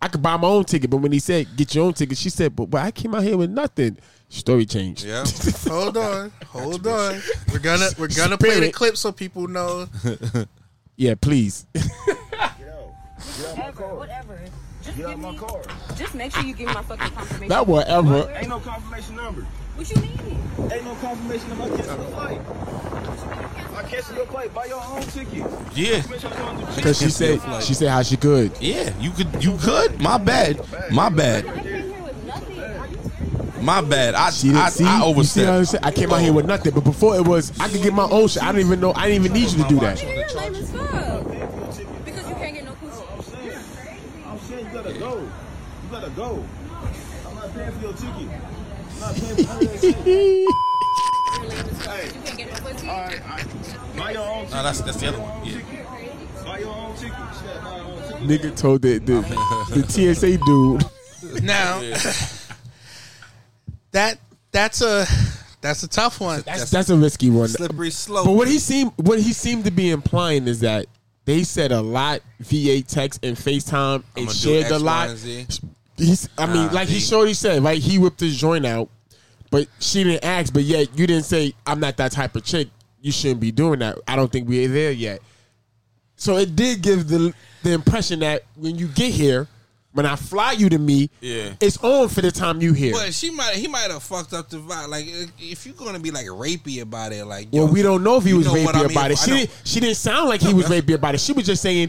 "I could buy my own ticket," but when he said, "Get your own ticket," she said, "But, but I came out here with nothing." Story changed.
Yeah.
hold on, hold on. We're gonna we're gonna play the
Spirit.
clip so people know.
yeah, please.
Whatever, whatever. Just give me, Just make sure you give me my fucking confirmation.
Not whatever.
Ain't no confirmation number. What you mean? Ain't no confirmation number. I cancel the flight. I cancel your flight. Buy your own ticket.
Yeah,
Because she said she said how she could.
yeah. You could you could. My bad. My bad. My bad. I
You didn't see?
I, I
You see how
overstepped.
I said? I came out here with nothing, but before it was, I could get my own shit. I didn't even know. I didn't even need you to do that.
You're lame as fuck. Because you can't get no pussy.
I'm saying you gotta go. You gotta go. I'm not paying for your ticket. I'm not paying for none of that shit. Buy your own
No, that's that's the other one. Yeah.
ticket. Buy your own ticket. She gotta buy her own ticket.
Nigga told the the, the TSA dude.
Now, that that's a that's a tough one.
That's, that's a risky one.
Slippery slope.
But what he seemed what he seemed to be implying is that they said a lot via text and FaceTime and
do
shared
X,
a
Y,
lot.
and Z.
He's, I mean,
Nah,
like he
they-
showed he said, right? He whipped his joint out, but she didn't ask. But yet you didn't say, "I'm not that type of chick. You shouldn't be doing that." I don't think we're there yet. So it did give the the impression that when you get here, when I fly you to me,
Yeah.
it's on for the time you here.
But she might he might have fucked up the vibe. Like if you're gonna be like rapey about it, like
Well,
yo,
we don't know if he
you
was
know
rapey
what I mean?
about it.
I
She
know.
didn't, she didn't sound like he was rapey about it. She was just saying,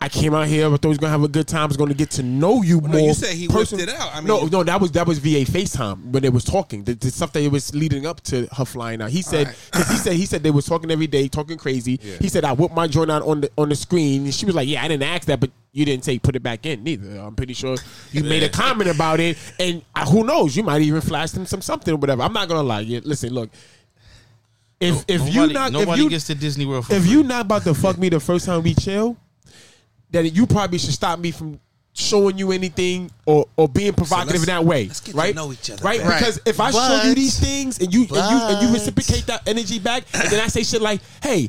I came out here. I thought we was gonna have a good time. I was gonna get to know you
no,
more.
you said he whipped it out. I
no,
mean-
no, that was that was via FaceTime when they was talking. The, the stuff that it was leading up to her flying out. He said because he said he said they was talking every day, talking crazy.
Yeah.
He said I whipped my joint out on the on the screen. And she was like, Yeah, I didn't ask that, but you didn't say put it back in neither. I'm pretty sure you made a comment about it, and uh, who knows, you might even flash them some something or whatever. I'm not gonna lie. Yeah, listen, look. If, if you
Nobody-
not if
nobody
you-
gets to Disney World for
if you not about to fuck me the first time we chill, then you probably should stop me from showing you anything or, or being provocative in that way.
let's get to
right?
know each other
Right?
better.
Because if I show you
But-
these things and you and you and
but-
you reciprocate that energy back, and then I say shit like, hey,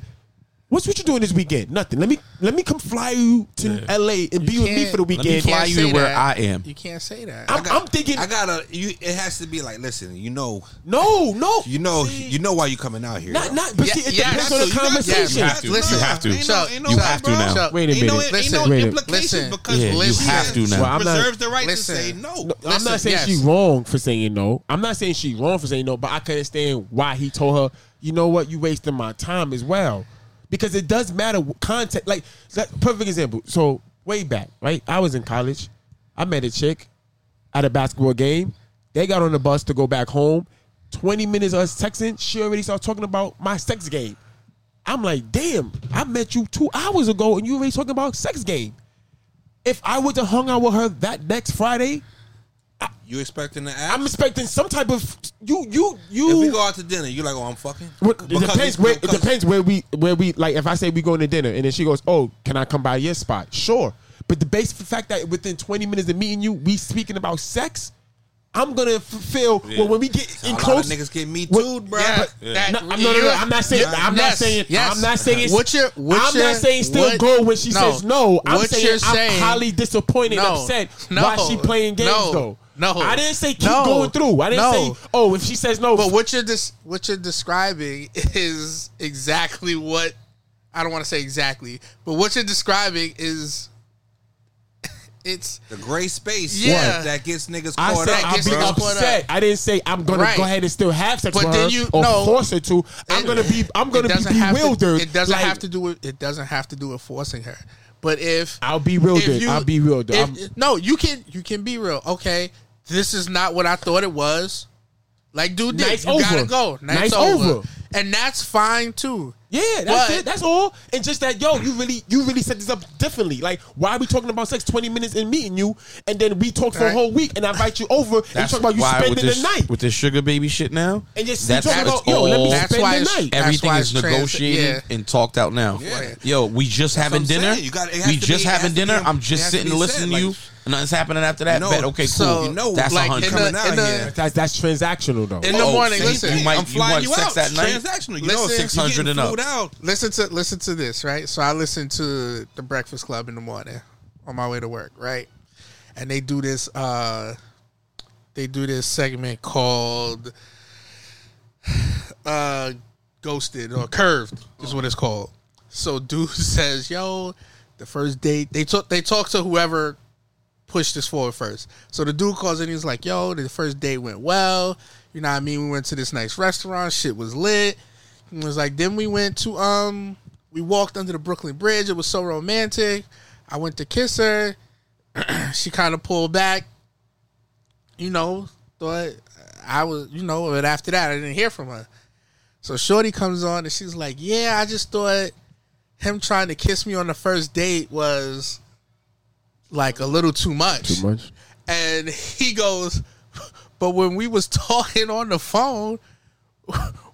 What's what you doing this weekend? Nothing. Let me let me come fly you to LA and be with me
can't-
for the
let me
weekend.
fly you
to
to where I
am.
You can't say that.
I'm, I'm thinking
I gotta. You, it has to be like, listen, you know,
no, no,
you know, you know why you coming out here.
Not- not- but see, it depends on the
You have to.
conversation.
You have to.
Listen,
You have to.
Ain't no-
You
ain't
have
no-
to now.
Chuck,
Wait a
ain't no-
minute.
ain't no
Listen, wait a-
implications
listen.
because
Yeah, you
listen,
have to now. Well, I'm not-
reserves the right
Listen.
to say no.
I'm not
Listen,
saying
yes.
she's wrong for saying no. I'm not saying she's wrong for saying no, but I can understand why he told her, you know what, you wasting my time as well. Because it does matter what context. Like, that, perfect example. So, way back, right? I was in college. I met a chick at a basketball game. They got on the bus to go back home. 20 minutes of us texting, she already started talking about my sex game. I'm like, damn, I met you two hours ago and you already talking about sex game. If I would have hung out with her that next Friday,
You expecting to
I'm expecting some type of you you
If we
you.
go out to dinner, you like, oh, I'm fucking.
What, it
Because
depends
we-
where it
because-
depends where we where we like. If I say we going to dinner and then she goes, oh, can I come by your spot? Sure, but the base fact that within 20 minutes of meeting you, we speaking about sex. I'm gonna f- feel well when we get
So
in
a lot
close.
of niggas get me
Well,
too'd, bro.
yeah,
But-
that- No, I'm not- no, no, I'm not saying- I'm not saying- I'm not saying-
What you're, what
I'm
you're,
not saying still
what-
go when she says no. I'm
What
saying
you're
I'm
saying-
highly disappointed and upset why she playing games,
no,
though.
No,
I didn't say keep
no,
going through. I didn't
no.
say, oh, if she says no,
But what you're dis- what you're describing is exactly what I don't want to say exactly, but what you're describing is it's
the gray space.
Yeah.
What? that gets niggas
I
caught
said
up.
I'll be
bro.
upset. I didn't say I'm gonna
Right.
go ahead and still have sex
But
with
then
her
you-
or
no.
force her to. I'm
It-
gonna be I'm gonna
it
be
doesn't have to-
bewildered.
it doesn't
like,
have to do with it doesn't have to do with forcing her. But if
I'll be real,
if
dude.
you-
I'll be real, dude.
if-
I'm-
no, you can you can be real. Okay, this is not what I thought it was. Like, dude, did.
Night's
you gotta
over.
go. Night's
Night's
over.
over.
and that's fine too.
Yeah, that's
But-
it. That's all. And just that, yo, you really, you really set this up differently. Like, why are we talking about sex twenty minutes in meeting you, and then we talk for a
Right.
whole week, and I invite you over, and you
That's
talk about you
why with
spending
this,
the night.
with this sugar baby shit now.
And just
that's
talking
it's
about, yo, let me
all-
spend That's why the it's- night. that's
Everything
why
is
it's trans-
negotiated
yeah.
and talked out now.
Yeah.
Yo, we
That's
just
what
having
I'm
dinner.
saying. You gotta- it has
we
to be-
just
it
having
has to
dinner.
be-
I'm
it
just
has to
sitting
be
to listen
said,
to you.
like-
Nothing's happening after that.
No,
Bet. Okay,
so-
cool.
you know,
that's
like,
a hundred.
in the- Coming out in the- here.
That's that's transactional though.
In the
Oh,
morning,
see,
listen.
you might-
I'm
you
flying
want
you,
sex
out.
that night?
Transactional. You know,
Listen,
600
you getting
and up.
food out. Listen to listen to this, right? So I listen to the Breakfast Club in the morning on my way to work, right? And they do this uh they do this segment called uh ghosted or curved is what it's called. So dude says, "Yo, the first date they talk they talk to whoever push this forward first. So the dude calls in, he's like, yo, the first date went well. You know what I mean? We went to this nice restaurant, shit was lit. It was like, then we went to um we walked under the Brooklyn Bridge. It was so romantic. I went to kiss her. she kind of pulled back. You know, thought I was, you know, but after that I didn't hear from her. So Shorty comes on and she's like, Yeah, I just thought him trying to kiss me on the first date was like a little too much.
Too much.
And he goes, But when we was talking on the phone,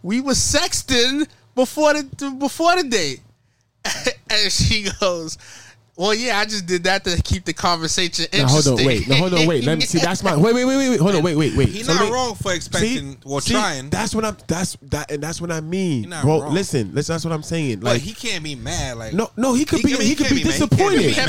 we was sexting before the before the date. and she goes, Well, yeah, I just did that to keep the conversation
Now
interesting.
hold on, wait. Now hold on, wait. Let me see. That's my wait, wait, wait, wait, wait. Hold on, wait, wait, wait.
He
So
not
wait.
wrong for expecting or
see,
trying.
That's what I'm. That's that, and that's what I mean,
not
bro.
wrong.
Listen, listen. That's what I'm saying.
But
Like
he can't be mad. Like
No, no, he could be. He, could be disappointed.
He can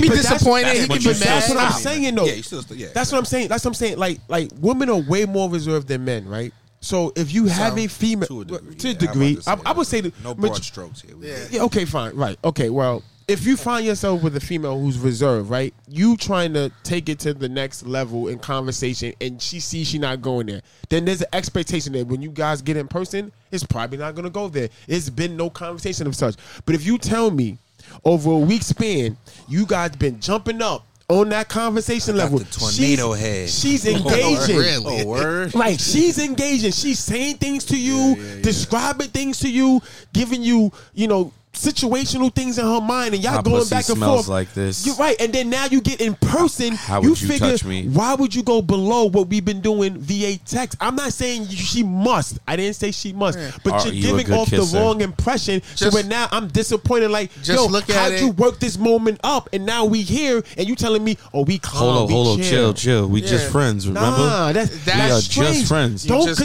be
But that's-
disappointed.
that's
He
what
can be
you- That's
mad.
what I'm saying, though.
Yeah, you still- yeah.
That's what I'm saying. That's what I'm saying. Like, like women are way more reserved than men, right? So if you have a female to a degree, I, I would say the
No
maj-
broad strokes here. We-
yeah. Okay. Fine. Right. Okay. Well, if you find yourself with a female who's reserved, right, you trying to take it to the next level in conversation, and she sees she not going there, then there's an expectation that when you guys get in person, it's probably not gonna go there. It's been no conversation of such. But if you tell me, over a week span. You guys been jumping up on that conversation level.
tornado
she's,
head.
She's
Oh,
engaging.
really? Oh, word?
Like she's engaging. She's saying things to you, describing things to you, giving you, you know, situational things in her mind, and y'all
My
going
pussy
back and
smells
forth.
like this.
You're right. And then now you get in person.
How would you
figure,
touch me?
Why would you go below what we've been doing via text? I'm not saying you, she must. I didn't say she must. But
Are
you're
you a
giving
good
off
kisser?
the wrong impression. so
Just-
but now I'm disappointed. Like,
Just
yo,
look at
how'd
it.
you work this moment up? And now we here, and you telling me, oh, we calm,
Hold on,
we
hold on, chill, chill. We just
Yeah.
friends, remember?
Nah, that's
we are
that's strange.
just friends.
Don't, cause,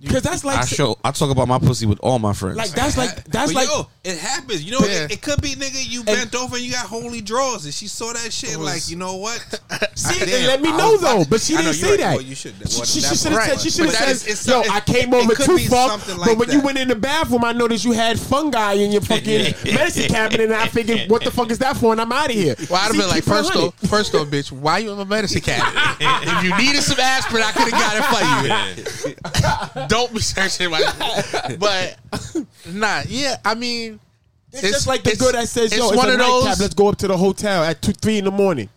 because that's like
I show. I talk about my pussy with all my friends.
Like that's like that's
But
like
yo, it happens. You know, it, it could be nigga. You bent over and you got holy drawers, and she saw that shit. Like, you know what?
Oh, See,
I-
and
damn,
let me
I
know
was-
though, but she
I know
didn't
you
say
right.
that.
Well, you should.
She,
well,
she,
that
should have
part.
said. She should
But
have
that's-
said.
it's
Yo,
some-
I came
it
over
could
to
be
fuck,
something
but
like
when you
that.
went in the bathroom, I noticed you had fungi in your fucking medicine cabinet, and I figured, what the fuck is that for? And I'm out of here.
Well, I'd have
See,
been like,
keep it
first off,
100.
first off, bitch, why you in my medicine cabinet? if you needed some aspirin, I could have got it for you. Don't be searching my. But nah, yeah, I mean,
It's, just like the girl that says,
it's
"Yo, it's
one
a
of those.
nightcap. Let's go up to the hotel at two, three in the morning."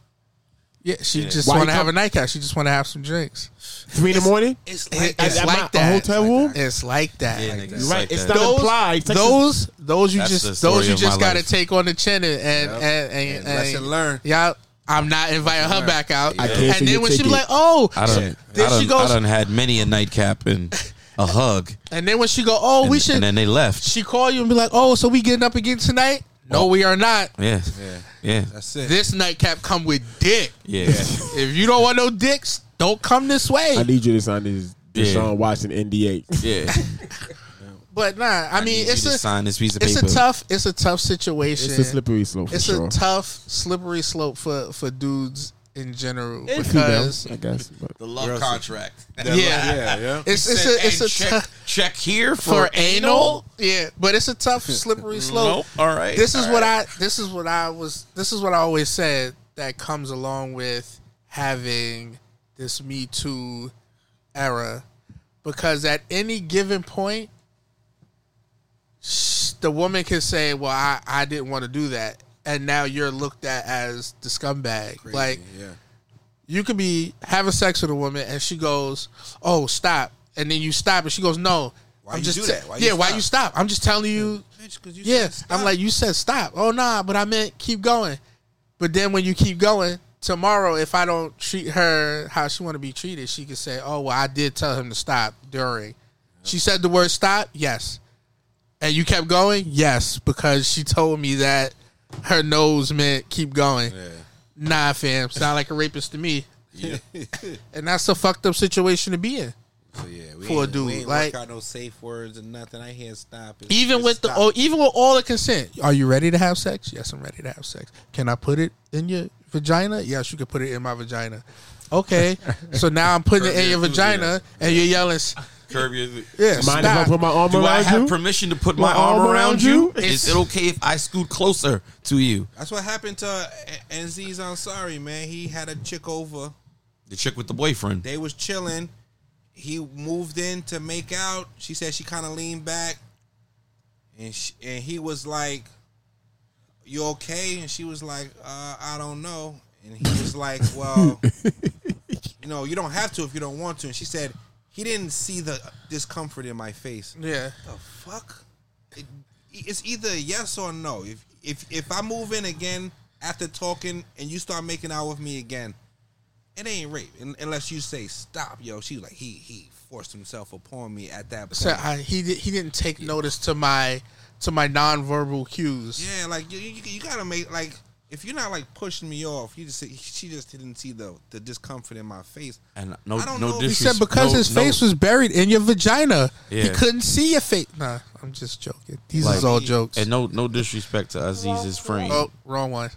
Yeah, she
Yeah.
just
Why you
want to have
come-
a nightcap. She just want to have some drinks.
Three in the morning.
It's
like
it's
that. At
like
my- a
that.
hotel room.
It's like that.
Yeah, nigga, You're right. it's It's like not that.
those,
implied. Texas-
Those those you
That's the
just
story
those you
of my
just got to
life.
take on the chin and and
Yep.
and, and,
And lesson learned.
Yeah, I'm not inviting her back out.
I can't see
and
your
then when she be
ticket.
like, oh,
I don't.
then
I done,
she goes,
I done had many a nightcap and a hug.
and then when she go, oh, we
And-
should.
and then they left.
She call you and be like, oh, so we getting up again tonight? No, we are not.
Yeah, yeah.
That's it. This nightcap come with dick.
Yeah.
if you don't want no dicks, don't come this way.
I need you to sign this
Yeah.
Deshaun Watson NDA.
Yeah.
But nah, I, mean,
need
it's
you to
a
sign this piece of
it's
paper.
a tough it's a tough situation.
It's a slippery slope for
It's
sure.
a tough slippery slope for for dudes in general
It's-
because
Females, I guess, but- The
love contract.
Yeah,
Yeah, yeah.
It's
He
it's
said,
a it's
"Hey,
a
check-
tough-
check here for anal?"
Yeah, but it's a tough slippery slope.
Nope. All right.
This is
All
what
right.
I this is what I was this is what I always said that comes along with having this Me Too era because at any given point sh- the woman can say, "Well, I I didn't want to do that." And now you're looked at as the scumbag. like
yeah.
you could be having sex with a woman and she goes, "Oh, stop," and then you stop, and she goes, "No,
Why
I'm
you
just
do
te-
that? Why you
yeah, why
stop?"
you stop? I'm just telling you,
you
yeah." I'm like, "You said stop." Oh nah, but I meant keep going. But then when you keep going tomorrow, if I don't treat her how she want to be treated, she could say, "Oh well, I did tell him to stop during." She said the word stop. Yes. And you kept going? Yes, because she told me that her nose meant keep going. Nah, fam. Sound like a rapist to me. and that's a fucked up situation to be in.
Oh, Yeah, we
for a
ain't-
dude.
we ain't
like
work out no safe words and nothing. I hear stop. It's
even
just
with the
stop.
oh, even with all the consent. Are you ready to have sex? Yes, I'm ready to have sex. Can I put it in your vagina? Yes, you can put it in my vagina. Okay. so now I'm putting it in your vagina and you're yelling s-
Curb your.
Yeah, Mind if I stop. put my arm
Do I
around
have
you?
permission to put
My
my, arm,
arm
around
around
you?
you?
Is it okay if I scoot closer to you?
That's what happened to uh, Aziz Ansari, man. He had a chick over.
The chick with the boyfriend.
They was chilling. He moved in to make out. She said she kind of leaned back, and she, and he was like, "You okay?" And she was like, uh, "I don't know." And he was like, "Well, you know, you don't have to if you don't want to." And she said, "He didn't see the discomfort in my face."
Yeah.
The fuck? It, it's either yes or no. If if if I move in again after talking and you start making out with me again, it ain't rape un- unless you say stop, yo. She was like he he forced himself upon me at that point.
So I, he did, he didn't take notice to my to my nonverbal cues.
yeah, like you, you you gotta make like if you're not like pushing me off, you just say, she just didn't see the the discomfort in my face.
And no,
I don't
no
know
disrespect.
He said because
no-
his
no-
face was buried in your vagina, he
Yeah.
couldn't see your face. Nah, I'm just joking. These
Like-
is all jokes.
And no, no disrespect to Aziz's friend.
Oh, wrong one.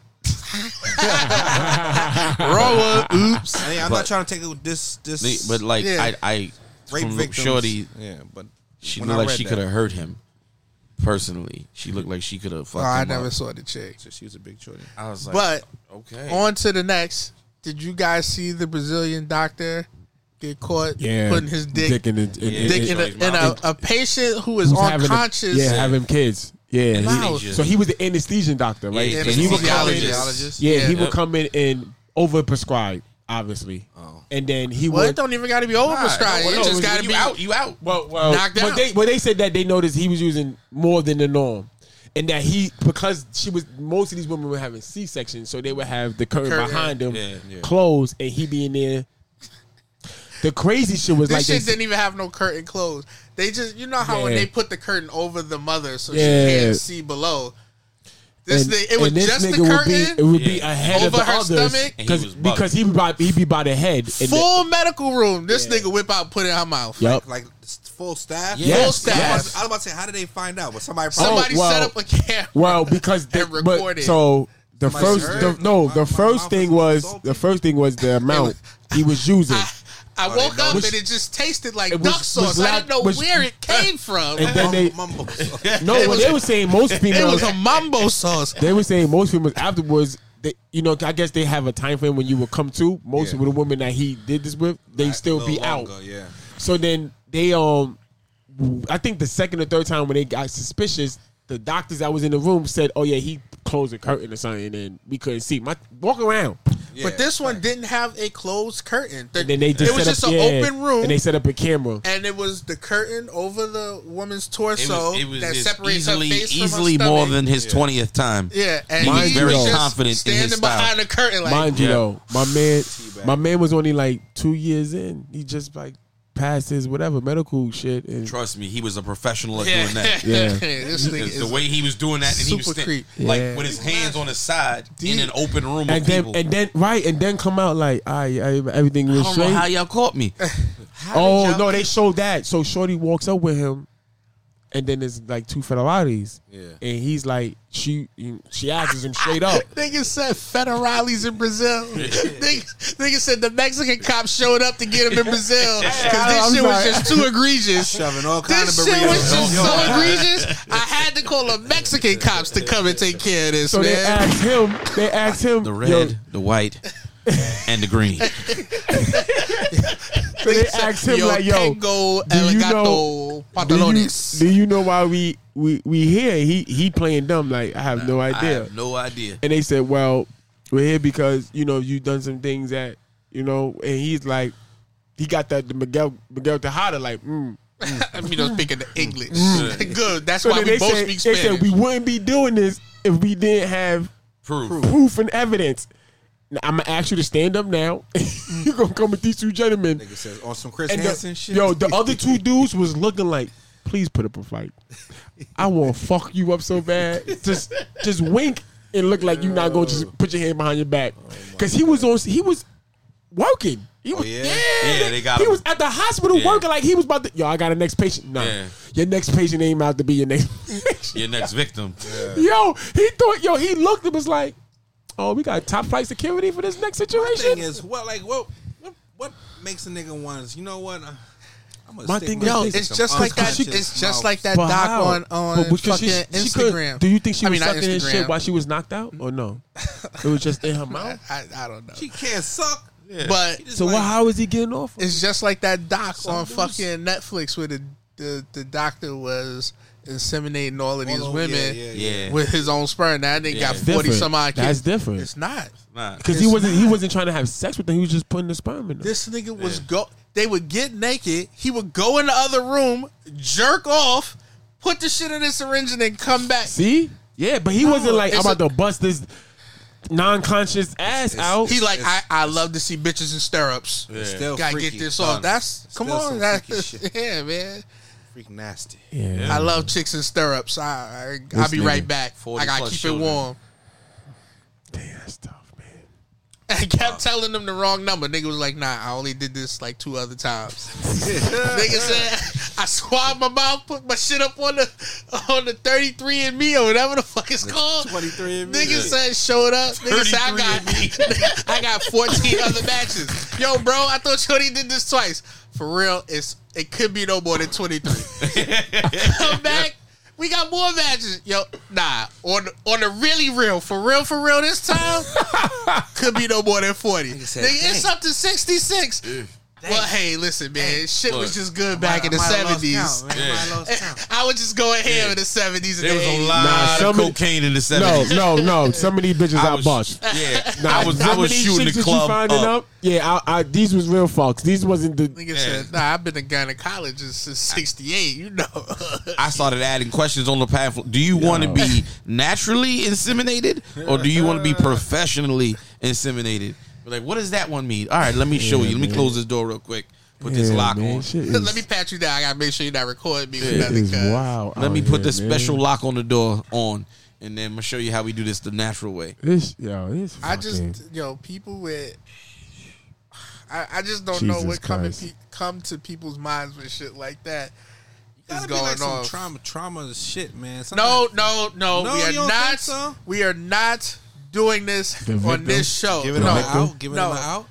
wrong one. Oops.
Hey, I'm
But-
not trying to take it this this.
But like
Yeah.
I, I
Rape
from
victims.
Shorty,
Yeah, but
she
when
looked
I
like
read
she
that-
could have hurt him. Personally, she looked like she could have.
Oh,
fucked
I
him
never
up.
saw the chick.
So she was a big shorty.
I was like,
But
okay.
on to the next. Did you guys see the Brazilian doctor get caught
Yeah,
putting his diis
dick in the- in-
dick
in-
in, a,
in-
in a, a patient who is
Who's having a-
unconscious?
yeah, having kids. Yeah, he-
Teenagers.
so he was the anesthesia doctor, right?
Yeah,
So he would come in-
anesthesiologist.
Yeah,
Yeah.
he would
Yep.
come in and overprescribe, obviously. And then he
Well, it
would.
don't even got to be overprescribed.
Nah,
it
no,
just
when
got to
you
be
out,
you out.
Well,
Well,
knocked
but
out.
They, but they said that they noticed he was using more than the norm, and that he because she was most of these women were having C sections, so they would have the curtain
Curtain.
behind them
Yeah, yeah.
closed, and he be in there. The crazy shit was
this
like
shit
they-
didn't even have no curtain closed. They just, you know how when
Yeah.
they put the curtain over the mother so
Yeah.
she can't see below. This
and-
thing, it was
and this
just the
nigga would be-
curtain.
it would be ahead of
over
the
her
others
stomach.
because because he would by he be by the head. and the-
Full medical room. This nigga whip out, put it in her mouth.
Oh.
Yup.
Like,
full staff.
Yes,
Full staff.
I was about to say, how did they find out? But somebody
Oh, well, Well, because they but,
recorded.
so the
Somebody
first
heard
the, no the first thing was the first thing was the amount he was using.
I
Oh,
woke
they
up
know.
and it just tasted like
It was-
duck
was
sauce. I didn't
loud-
know
was-
where it came from.
And then they no,
It
what
was-
they were saying most females
It was a mambo sauce.
They were saying most females afterwards. They, you know, I guess they have a time frame when you will come to most of the women that he did this with. They still be out.
Yeah.
So then they um, I think the second or third time when they got suspicious, the doctors that was in the room said, "Oh yeah, he closed a curtain or something, and we couldn't see." My walk around.
but this one didn't have a closed curtain. The-
And then they just
it was
set
just
up,
an
yeah,
open room,
and they set up a camera.
and it was the curtain over the woman's torso
it was
that
just
separates
easily-
her face
easily
from her
more
stomach.
than his twentieth time.
Yeah, and
he was
he
very
was just
confident in
standing
his style.
behind the curtain, like
Mind you
Yeah.
though, my man, my man was only like two years in. He just like passed his whatever medical shit. And
Trust me, he was a professional at
Yeah.
doing that.
Yeah.
This nigga
Because the
is
way he was doing that, and he was
super
stand-
creep.
like
Yeah.
with his hands on his side in an open room
and
of
then
people.
and then right and then come out like I, I everything was
I don't
straight.
know how y'all caught me.
oh no, they showed that. So Shorty walks up with him, and then it's like two federales. Yeah, and he's like she she asks him straight up.
Niggas said federales in Brazil. niggas, niggas said the Mexican cops showed up to get him in Brazil because this
I'm
shit was
sorry.
just too egregious.
Shoving all kind
This
of
shit
burritos.
was just
Yo.
so egregious. I had to call the Mexican cops to come and take care of this,
So they
man.
asked him. They asked him.
The
yo,
red, the white, and the green.
So they asked him like, "Yo,
tengo
do you know?
elgato
Do you,
pantalones."
do you know why we we we here?" He he playing dumb. Like I have no
I
idea.
have no idea.
And they said, "Well, we're here because you know you done some things that you know." And he's like, he got that the Miguel Miguel Tejada like. Mm.
I mean, I'm speaking the English.
Mm.
Good. That's
So
why
then
we
they
both
said,
speak
They said
Spanish.
we wouldn't be doing this if we didn't have
proof,
proof and evidence. Now, I'm gonna ask you to stand up now. You're gonna come with these two gentlemen.
Nigga says on some Chris
And the-
Hansen shit.
Yo, the other two dudes was looking like, please put up a fight. I want to fuck you up so bad. Just, just wink and look like you're not gonna just put your hand behind your back.
Oh
Cause he was on, he was working. He was, yeah.
Yeah, they got
He
him.
was at the hospital
Yeah.
working like he was about to. Yo, I got a next patient. Nah,
Yeah.
your next patient ain't about to be your next.
your next victim.
Yo, he thought. Yo, he looked and was like, "Oh, we got top flight security for this next situation."
thing is, what like what what, what makes a nigga want to? You know what? I'm gonna
My
stick
thing
my dick
is- Yo,
in
it's
some
just like that.
unconscious
It's just
mouth.
like that
But
doc
how?
on on
But because
fucking
she- she couldn't-
Instagram.
do you think she
I
was
mean, not
sucking his shit
Instagram.
while she was knocked out, or no? It was just in her mouth.
I, I don't know.
She can't suck.
But
So what? How is he getting off?
It's just like that doc on
dudes-
fucking Netflix where the, the, the doctor was inseminating all of these
oh,
All of-
women
yeah,
yeah, yeah.
with his own sperm. Now they
Yeah.
got
That's
forty
different.
some odd kids.
That's different.
It's not.
Because he wasn't. He wasn't trying to have sex with her. He was just putting the sperm in. Her.
This nigga was go. They would get naked. He would go in the other room, jerk off, put the shit in his syringe, and then come back.
See? Yeah, but he
No,
wasn't like I'm
it's a-
about to bust this non-conscious ass out.
He like I, I love to see bitches in stirrups.
It's still
Gotta
freaky,
get this off.
Donald.
That's
It's
come
still
on.
some
That,
freaky shit.
yeah, man.
freak nasty.
Yeah.
I love chicks in stirrups. I, I I'll
This
be
nigga.
right back. I
40
gotta
plus
keep it
children.
warm. Damn, that's tough, man. I kept telling them the wrong number. Nigga was like, "Nah, I only did this like two other times." Nigga said, "I swabbed my mouth, put my shit up on the on the thirty three and me or whatever the fuck it's called." Twenty three and me. Nigga said, "Showed up." Nigga said, "I got I got fourteen other matches." Yo, bro, I thought Shorty did this twice. For real, it's it could be no more than twenty three. Come back. We got more matches. Yo, nah. On on the really real, for real, for real this time, could be no more than 40. Nigga,
said,
it's up to 66. Well, hey, listen, man. Shit was
Look,
just good
I
back
might-
in
I
the
might have lost
seventies.
count, man. I might have lost count.
I would just go ahead in the seventies.
There was a lot of cocaine in the
No,
70s.
no, no. Some of these bitches I,
was-
bust.
yeah.
Nah,
I was- I
some of
was
these
shooting
chicks
the
that you
club
finding
up.
Yeah, I, I, these was real fucks. These wasn't the.
Nigga said, "Nah, I've been a gynecologist since '68. You know,
I started adding questions on the path. Do you want to be naturally inseminated or do you want to be professionally inseminated? Like, what does that one mean? All right, let me show
Yeah,
you. Let me
man.
close this door real quick. Put this
Yeah,
lock
man,
on.
shit
let me pat you down. I gotta make sure you're not recording me. With
Yeah.
nothing, cuz.
wild
Let
out
me
Oh,
put
here,
the
man.
special lock on the door on, and then I'm gonna show you how we do this the natural way.
This, yo, this.
I just,
fucking-
yo, people with, I, I just don't know
Jesus
what coming
Christ.
pe- come to people's minds with shit like that is
Gotta be
going
like some
on.
trauma, trauma shit, man.
No,
Sometimes-
no, no,
No,
We are
you don't
not.
think so?
We are not doing this
The
on
victim?
this show.
Giving
no,
them an out? Giving
no.
them an out?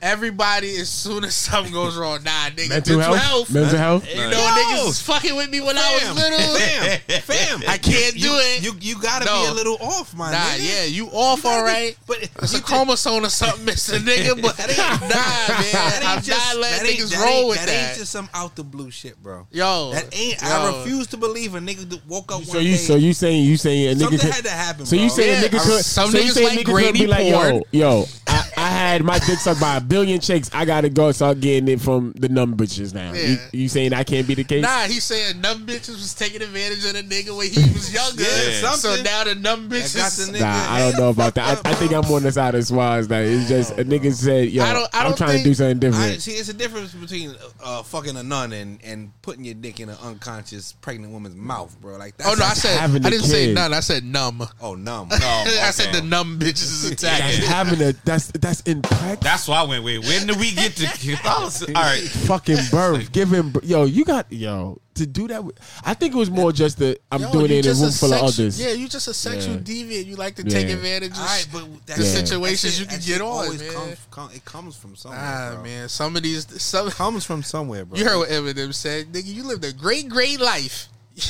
Everybody, as soon as something goes wrong, nah, nigga,
Mental
mental,
health?
health,
Mental health?
You know,
No.
niggas was fucking with me when I
Fam,
was little.
fam, fam.
I can't
You-
do it.
you- you gotta be a little off, my
nah,
nigga.
yeah, you off, all right. but it's a chromosome or something, Mister Nigga. But nah, man,
That ain't
I'm
just-
not
that
letting
ain't-
niggas
that
roll
ain't-
with
that
that.
ain't just some out the blue shit, bro.
Yo,
that ain't.
yo.
I refuse to believe a nigga that woke up
So
one
you,
day.
so you saying you saying a nigga
Something
could,
had to happen,
So you
bro.
saying
Yeah,
a nigga could,
some
so you
niggas
saying
like
nigga could be
Grady
like,
porn.
yo, yo, I, I had my dick sucked by a billion chicks. I gotta go start getting it from the numb bitches now. You,
Yeah.
you saying that can't be the case?
Nah, he saying numb bitches was taking advantage of the nigga when he was younger.
Yeah.
So now the numb bitches.
Nah, I don't know about that. I, I think I'm on the side of Swaz. That it's just a nigga said, "Yo,
I don't- I
am
don't
trying to
think-
do something
I,
different."
see, it's a difference between uh, fucking a nun and, and putting your dick in an unconscious pregnant woman's mouth, bro. Like that's
Oh no! I said I didn't say none. I said numb.
Oh numb.
I said
okay.
the numb bitches is
That's
attacking.
having a that's that's in practice.
That's why I went. Wait, when do we get to Catholicism? All right,
Fucking birth, giving bir- yo, you got yo to do that. With, I think it was more just that I'm
Yo,
doing
you
it in a
just
room full of
sexu-
others.
Yeah, you just a sexual
Yeah.
deviant. You like to
Yeah.
take advantage of the
that's-
situations
that's
you
it.
can
That
get
shit
on,
always
man.
Comes, come, it comes from somewhere.
Ah,
bro.
man, some of these some
comes from somewhere, bro.
You heard what Eminem said, nigga. You lived a great, great life.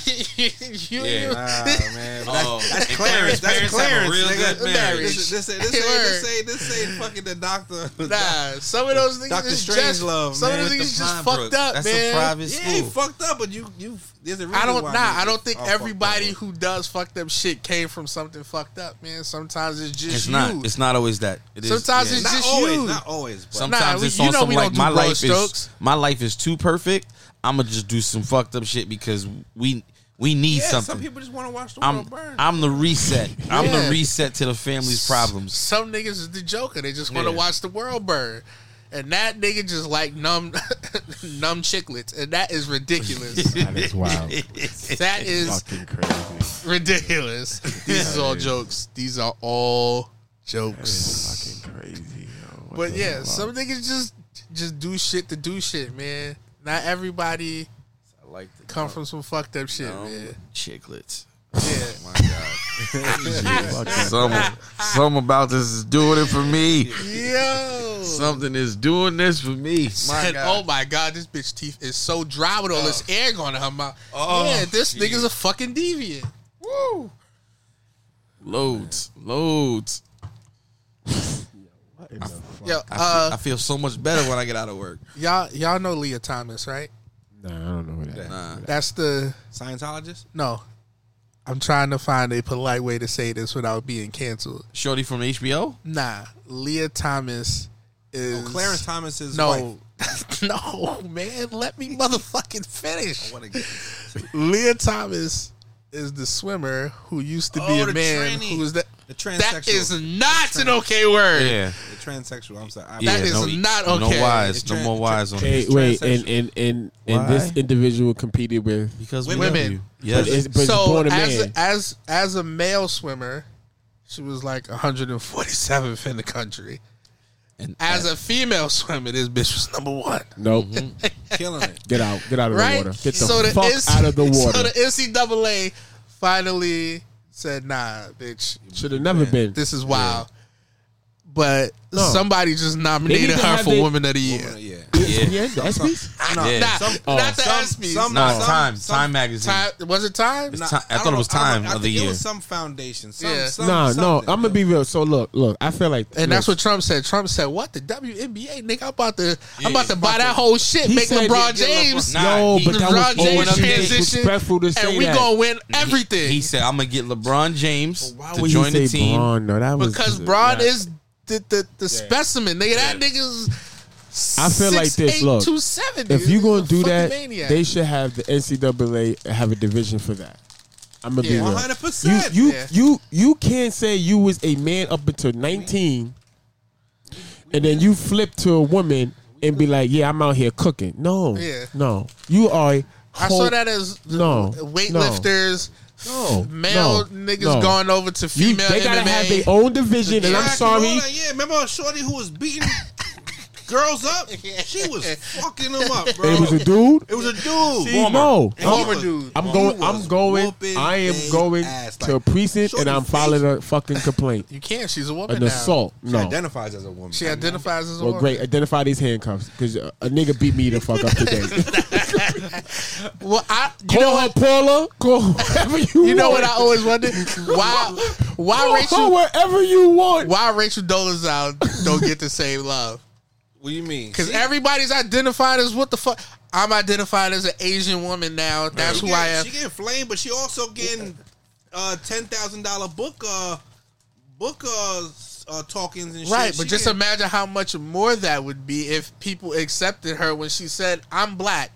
you,
Yeah.
you-
Nah, man. That's, that's Clarence. That's
Oh, Parents have a
Clarence.
real
nigga.
good marriage.
This, this, this, this,
Word.
this, ain't- this, ain't- this ain't fucking the doctor.
Nah, some of those niggas
Dr.
is
Strange
just-
love,
some of
man.
those
With
niggas
the
just
Pinebrook.
fucked up,
That's
man.
A private yeah, he fucked up, but you, you, there's a reason
I don't
why
nah. I
niggas
don't think
are fucked
everybody who does fucked up shit came from something fucked up, man. Sometimes it's just
it's
you.
not. It's not always that. It is-
Sometimes
yeah.
it's
Not
just
always,
you.
not always, but-
Sometimes
Nah, we-
it's on some
we
like
don't
my
do broad
life
strokes.
is my life is too perfect. I'm gonna just do some fucked up shit because we we need
Yeah, some
something.
people just wanna watch the
I'm,
world burn.
I'm the reset. I'm
Yeah.
the reset to the family's problems.
Some niggas is the Joker. They just want to
Yeah.
watch the world burn. And that nigga just like numb, numb chicklets, and that is ridiculous.
That is wild.
That is
Fucking crazy.
ridiculous. These is all jokes. These are all jokes.
fucking crazy. Yo. What
But
the
yeah,
fuck?
some niggas just just do shit to do shit, man. Not everybody
like the
come from some fucked up shit, man.
Chicklets.
Yeah.
my God. some, some about this is doing it for me.
Yo.
Something is doing this for me.
Said, oh my god, this bitch teeth is so dry with all this air going to her mouth.
Oh,
yeah, this
shit.
nigga's a fucking deviant. Woo.
Loads, loads.
Yo,
I,
uh,
feel, I feel so much better when I get out of work.
Y'all, y'all know Leah Thomas, right?
Nah, I don't know what that.
Nah.
That's the
Scientologist?
No, I'm trying to find a polite way to say this without being canceled.
Shorty from HBO?
Nah, Leah Thomas is
Oh, Clarence Thomas is
no, no man. Let me motherfucking finish.
wanna get
Leah Thomas is the swimmer who used to
Oh,
be a
the
man
tranny.
who was that.
The
That
transsexual.
is not an okay word.
Yeah.
The transsexual. I'm sorry. I-
Yeah, That is no- not no okay. wise-
no more wise on
Hey,
this.
wait, and and and, and this
Why?
individual competed with
Because we
women.
love you. Yes.
But it's, but it's
so
born a
as
man.
as as a male swimmer, she was like 147th in the country.
And
as a female swimmer, this bitch was number one.
nope.
Mm-hmm.
Killing it.
Get out. Get out of
right?
the water. Get the
So
fuck
NC
out of the water.
So the NCAA finally said, "Nah, bitch,
Should have never been.
this is wild." but
No.
somebody just
They
nominated
need to
her
have
for
they-
Woman of the Year.
Yeah.
Yeah.
Yeah, the
Some-
ESPYs?
some-
Nah,
Yeah.
nah,
some-
Oh.
not the
some-
ESPYs.
some-
Nah,
some-
Time.
some-
Time magazine.
Ti- was it Time?
It's Ti- I thought it was
I
Time
don't- I
of the
think It
year.
was some foundation. Some,
Yeah.
some,
nah,
some-
no, I'm gonna be real. So look, look, I feel like,
And that's
look,
what Trump said. Trump said, "What the WNBA nigga? I'm about to,
Yeah,
I'm about to buy
fuck
that
it.
whole shit.
He
make
said-
LeBron
yeah, yeah, LeBron-
James,
Nah, he-
LeBron
but that was
James
open up and
transition,
disrespectful to say
and we
that.
gonna win everything
He said, "I'm gonna get LeBron James
why
to
would he
join the
say
team."
Bron, though? That was-
because Braun is the the, the specimen, nigga. That nigga's
I feel like this.
6'8",
look,
270.
if you gonna do
Fucking
that,
maniac.
they should have the NCAA have a division for that. I'm gonna
Yeah.
be real.
100%.
You you,
Yeah.
you you can't say you was a man up until 19, and then you flip to a woman and be like, "Yeah, I'm out here cooking." No,
Yeah.
no, you are. a
I
whole-
saw that as the
no
weightlifters,
No,
male
no,
niggas
no.
going over to female.
they gotta
MMA.
have their own division, and I'm
Jack
sorry.
Miller, yeah, remember Shorty who was beating girls up? She was fucking them up, bro.
It was a dude.
It was a dude.
See, no,
And
I'm-
he was-
I'm
he
going.
was
I'm going.
whooping
I
they
am going
ass.
to a precinct and I'm filing a fucking complaint.
You can't. She's a woman.
An
now.
assault.
She
No.
identifies as a woman.
She identifies as a
Well,
woman.
great. Identify these handcuffs because a nigga beat me the fuck up today.
Well, I you know
call her
what
Paula. Call whoever you.
you know
want.
what I always wondered why why
Call her
Rachel
wherever you want.
why Rachel Dolezal don't get the same love
What do you mean?
because everybody's identified as what the fuck I'm identified as an Asian woman now. That's
She
who
getting-
I am.
She getting flamed, but she also getting uh, ten thousand dollar book uh, book uh, s- uh, talkings and shit.
Right, but
She
just
getting-
imagine how much more that would be if people accepted her when she said, "I'm black."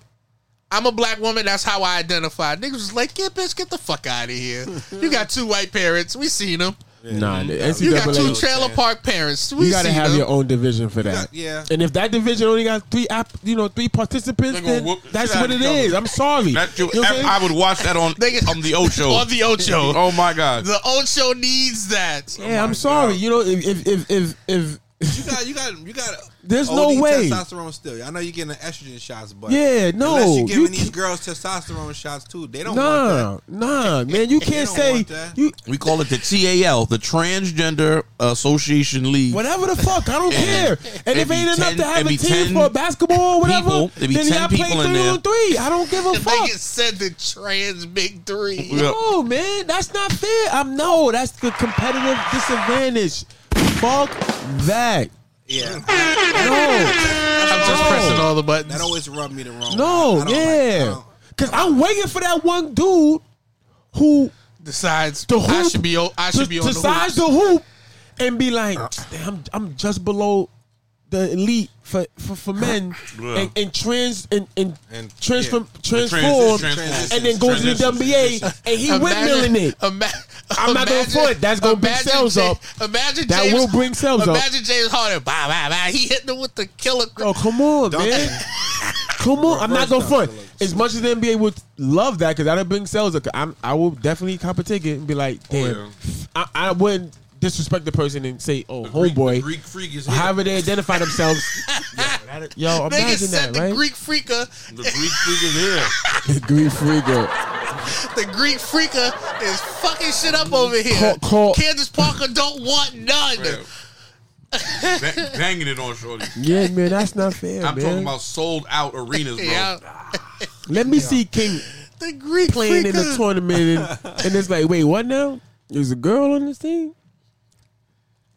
I'm a black woman. That's how I identify. Niggas was like, "Yeah, bitch, get the fuck out of here. You got two white parents. We seen them.
Nah, the
You got two
NCAA.
trailer park parents. We
you gotta
seen
have
them.
your own division for that.
yeah.
And if that division only got three, app, you know, three participants,
gonna
then
whoop the
that's
shit out
what
of
it
each other.
is. I'm sorry.
That you-
You know what I'm saying?
I would watch that on on the Ocho.
On the Ocho.
Oh my god.
The Ocho needs that.
Yeah, I'm sorry. You know, if if if if, if
you got you got you got.
There's
OD
no way.
testosterone still. I know you're getting the estrogen shots, but
Yeah, no,
unless you're
you
giving these
can't-
girls testosterone shots too, they don't want that.
nah, nah, man, you can't say you
We call it the TAL, the Transgender Association League.
whatever the fuck. I don't care. And if
it'd
it
be
ain't enough
10
to have
it'd
a
be
team
10
for basketball or whatever,
people. There'd
then
be 10
y'all play
people in
three
there.
on three. I don't give a fuck.
Niggas said the trans big three.
No, man, that's not fair. I'm no, that's the competitive disadvantage. Fuck that.
Yeah.
No,
I'm just
No.
pressing all the buttons.
That always rubbed me the wrong. way.
no,
I don't
yeah, because I'm waiting for that one dude who
Decides
the hoop.
I should be. o- I should
to-
be
to
on the
size
hoop.
the hoop and be like, damn, I'm just below the elite for for, for men
Yeah.
and, and trans and and, transform
trans-
transform
transitions,
and then go to the
transitions.
WNBA and he
Imagine-
windmilling it.
ima-
E I'm not gonna front. That's gonna bring
imagine
sales
Ja-
up.
Imagine
That
James,
will bring sales up.
Imagine James Harden. Bah, bah, bah. He hitting him with the killer. cr-
Oh come on, man. Come on, I'm not gonna front.
dunk.
As much as the NBA would love that, because that'll bring sales. up, I'm, I will definitely cop a ticket and be like,
yeah.
damn, I, I wouldn't disrespect the person and say, oh,
Greek-
homeboy.
the Greek freak is here.
however they identify themselves. yo,
Nigga
imagine
said
that,
the
right?
Greek freaker.
The Greek freak is here.
The Greek freaker.
The Greek freaker is fucking shit up over here.
Call- call-
Candace Parker don't want none.
Ba- banging it on shorty.
Yeah, man, that's not fair,
I'm
man.
talking about sold out arenas, bro.
Yeah.
Let me see King
The Greek
playing in
freaker.
a tournament, and, and it's like, wait, what now? There's a girl on this team.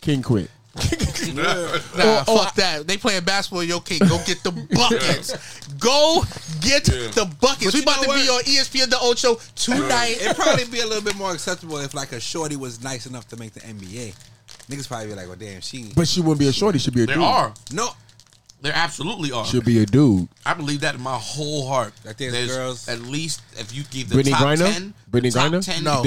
King quit.
Nah,
Oh, oh,
fuck that. They playing basketball. Yo, King, go get the buckets. Go get the buckets.
But
we
you
about to
know
be on E
what?
ESPN The Ocho tonight.
It'd probably be a little bit more acceptable if like a shorty was nice enough to make the NBA. Niggas probably be like, "Well, damn, she."
But she wouldn't be a shorty. She'd be a
There
dude.
are.
No,
There absolutely are.
She'll be a dude.
I believe that in my whole heart. That
there's girls-
at least if you give the
Brittany
top
Griner?
ten,
Brittany
top
Griner?
ten,
No.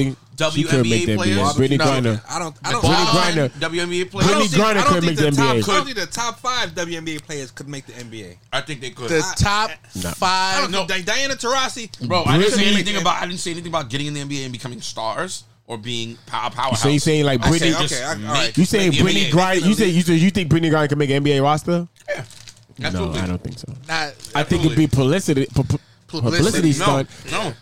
She couldn't make the
WNBA
NBA.
players.
Brittany
No.
Griner.
I don't.
I
I
don't,
don't.
Brittany
I don't-
Griner.
WNBA players.
I don't
Brittany
think- I
Griner
don't
couldn't
think
make the
top-
NBA.
I don't think the top five WNBA players could make the NBA.
I think they could.
the top
Nah.
I
five.
don't know. Diana Taurasi.
Bro, I didn't say
Brittany-
anything about I didn't say anything about getting in the NBA and becoming stars or being power powerhouse.
So you saying like
I said
Brittany-
just
Okay, I- all
make-
right.
You saying
make the
Brittany
NBA.
Griner? You say you say you think Brittany Griner can make an NBA roster?
Absolutely.
No, I don't think so.
Not,
I think it'd be publicity. pu- pu- publicity, stunt.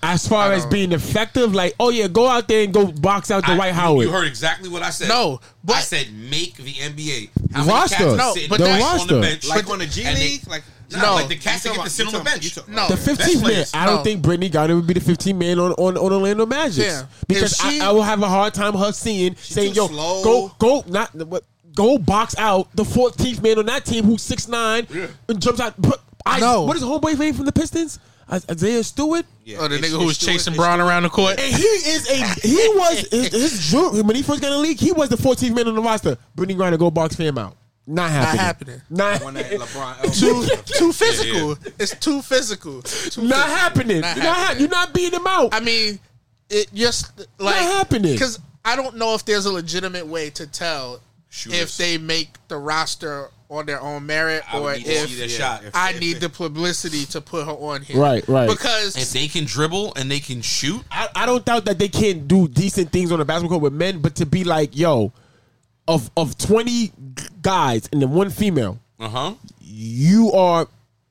As far as being effective, like, oh yeah, go out there and go box out the
I-
White
you-
Howard.
You heard exactly what I said.
No,
but I said make the NBA. How many
Roster.
cats are
No,
sitting
but
on the
that's-
bench, on the
roster.
bench,
Like on the G
and they-
League? Like
no, like the cats that get to sit on the bench.
No,
the 15th man. I
Oh.
don't think Brittany Garner would be the 15th man on, on, on Orlando Magic.
Yeah.
Because
If she-
I, I will have a hard time her seeing saying,
too
yo,
slow.
go go not what go box out the 14th man on that team who's 6'9 and jumps out. But I
No.
what is the homeboy name from the Pistons? I- Isaiah Stewart?
oh, the nigga who was chasing Braun around the court.
And he is a he was his, his junior- when he first got in the league, he was the 14th man on the roster. Brittany Griner go box him out. Not happening.
happening.
Not
One that LeBron
too too physical. It's too physical. Too
Not
physical.
happening. Not hap- you're not beating him out.
I mean, it just like
happening.
because I don't know if there's a legitimate way to tell if they make the roster on their own merit
I would
or
need to
if
see their shot. If-
I
if-
need the publicity to put her on here.
Right, right.
Because
if they can dribble and they can shoot,
I, I don't doubt that they can't do decent things on the basketball court with men, but to be like, yo, of of twenty guys and then one female,
uh huh.
you are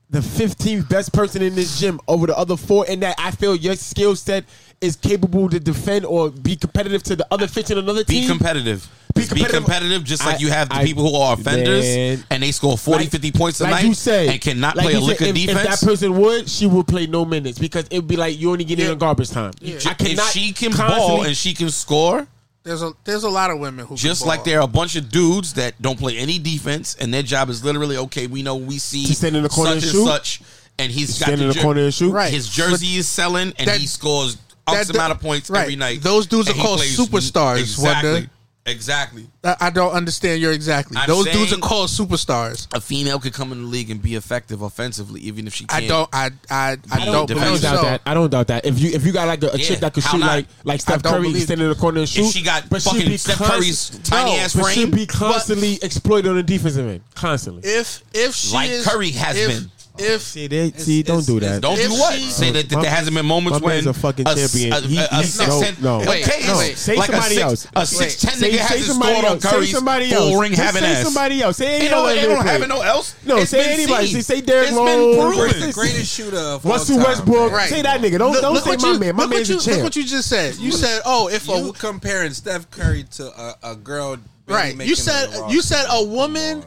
the fifteenth best person in this gym over the other four, and that I feel your skill set is capable to defend or be competitive to the other fifteen on another
Be
team.
competitive. Be competitive, just like
I-
you have the
I-
people who are offenders
Man.
and they score 40, 50 points a
like
night
you say,
and cannot
like
play a
you
lick
said,
of
if,
defense.
If that person would, she would play no minutes because it would be like you only get in on garbage time. I cannot
if she can ball
constantly-
and she can score,
there's a there's a lot of women who can
just like
ball.
there are a bunch of dudes that don't play any defense and their job is literally okay. We know we see
To stand in the corner and
such and,
shoot?
such, and he's got
stand in the
jer-
corner and shoot?
Right.
His jersey is selling, and
That-
he scores X
that-
amount of points
right.
every night.
Those dudes
And
are
he
called
plays-
superstars,
Exactly.
Wanda.
Exactly.
I, I don't understand your exactly.
I'm
Those dudes are
saying-
called superstars.
A female could come in the league and be effective offensively, even if she can't.
I don't. I I I don't
defense.
believe
doubt
so.
that. I don't doubt that. If you if you got like a, a
Yeah,
chick that could
how
shoot
not?
like like Steph
don't
Curry,
believe-
stand in the corner and
If
shoot.
she got
but she'd
fucking
be
Steph
const-
Curry's tiny ass
but
frame.
she'd be constantly exploited on the defensive end, constantly.
If if she
Like
is,
Curry has
if,
been.
If
see, they, see don't do that.
Don't
If
do what?
she-
Say that, that
My-
there hasn't been moments
my
when
man's a fucking champion.
A,
He-
a, a
he-
six,
no,
ten,
no.
okay,
Wait, no.
it's
Say
like
somebody
a
else.
six, A six ten
Say-
nigga
say
hasn't
somebody
scored on
else. Say
Curry's
somebody
full
else.
ring
Just
having
say
ass.
somebody else. Say
Ain't
any
no-
other
ain't no
nigga
having
play.
no else.
No,
It's
say
been
anybody.
seen.
Say, say Derrick
It's been
Rose.
proven.
Say-
Greatest shooter of all
Russell
time,
Westbrook.
man.
Say that nigga. Don't
Look-
don't
look
say
what
my
you-
man. My
look what
man's a
you-
champ.
Look what you just said. You said, "Oh, if
you
a
comparing Steph Curry to a, a girl, barely
right."
making
You
the
said
roster.
you said oh, a woman.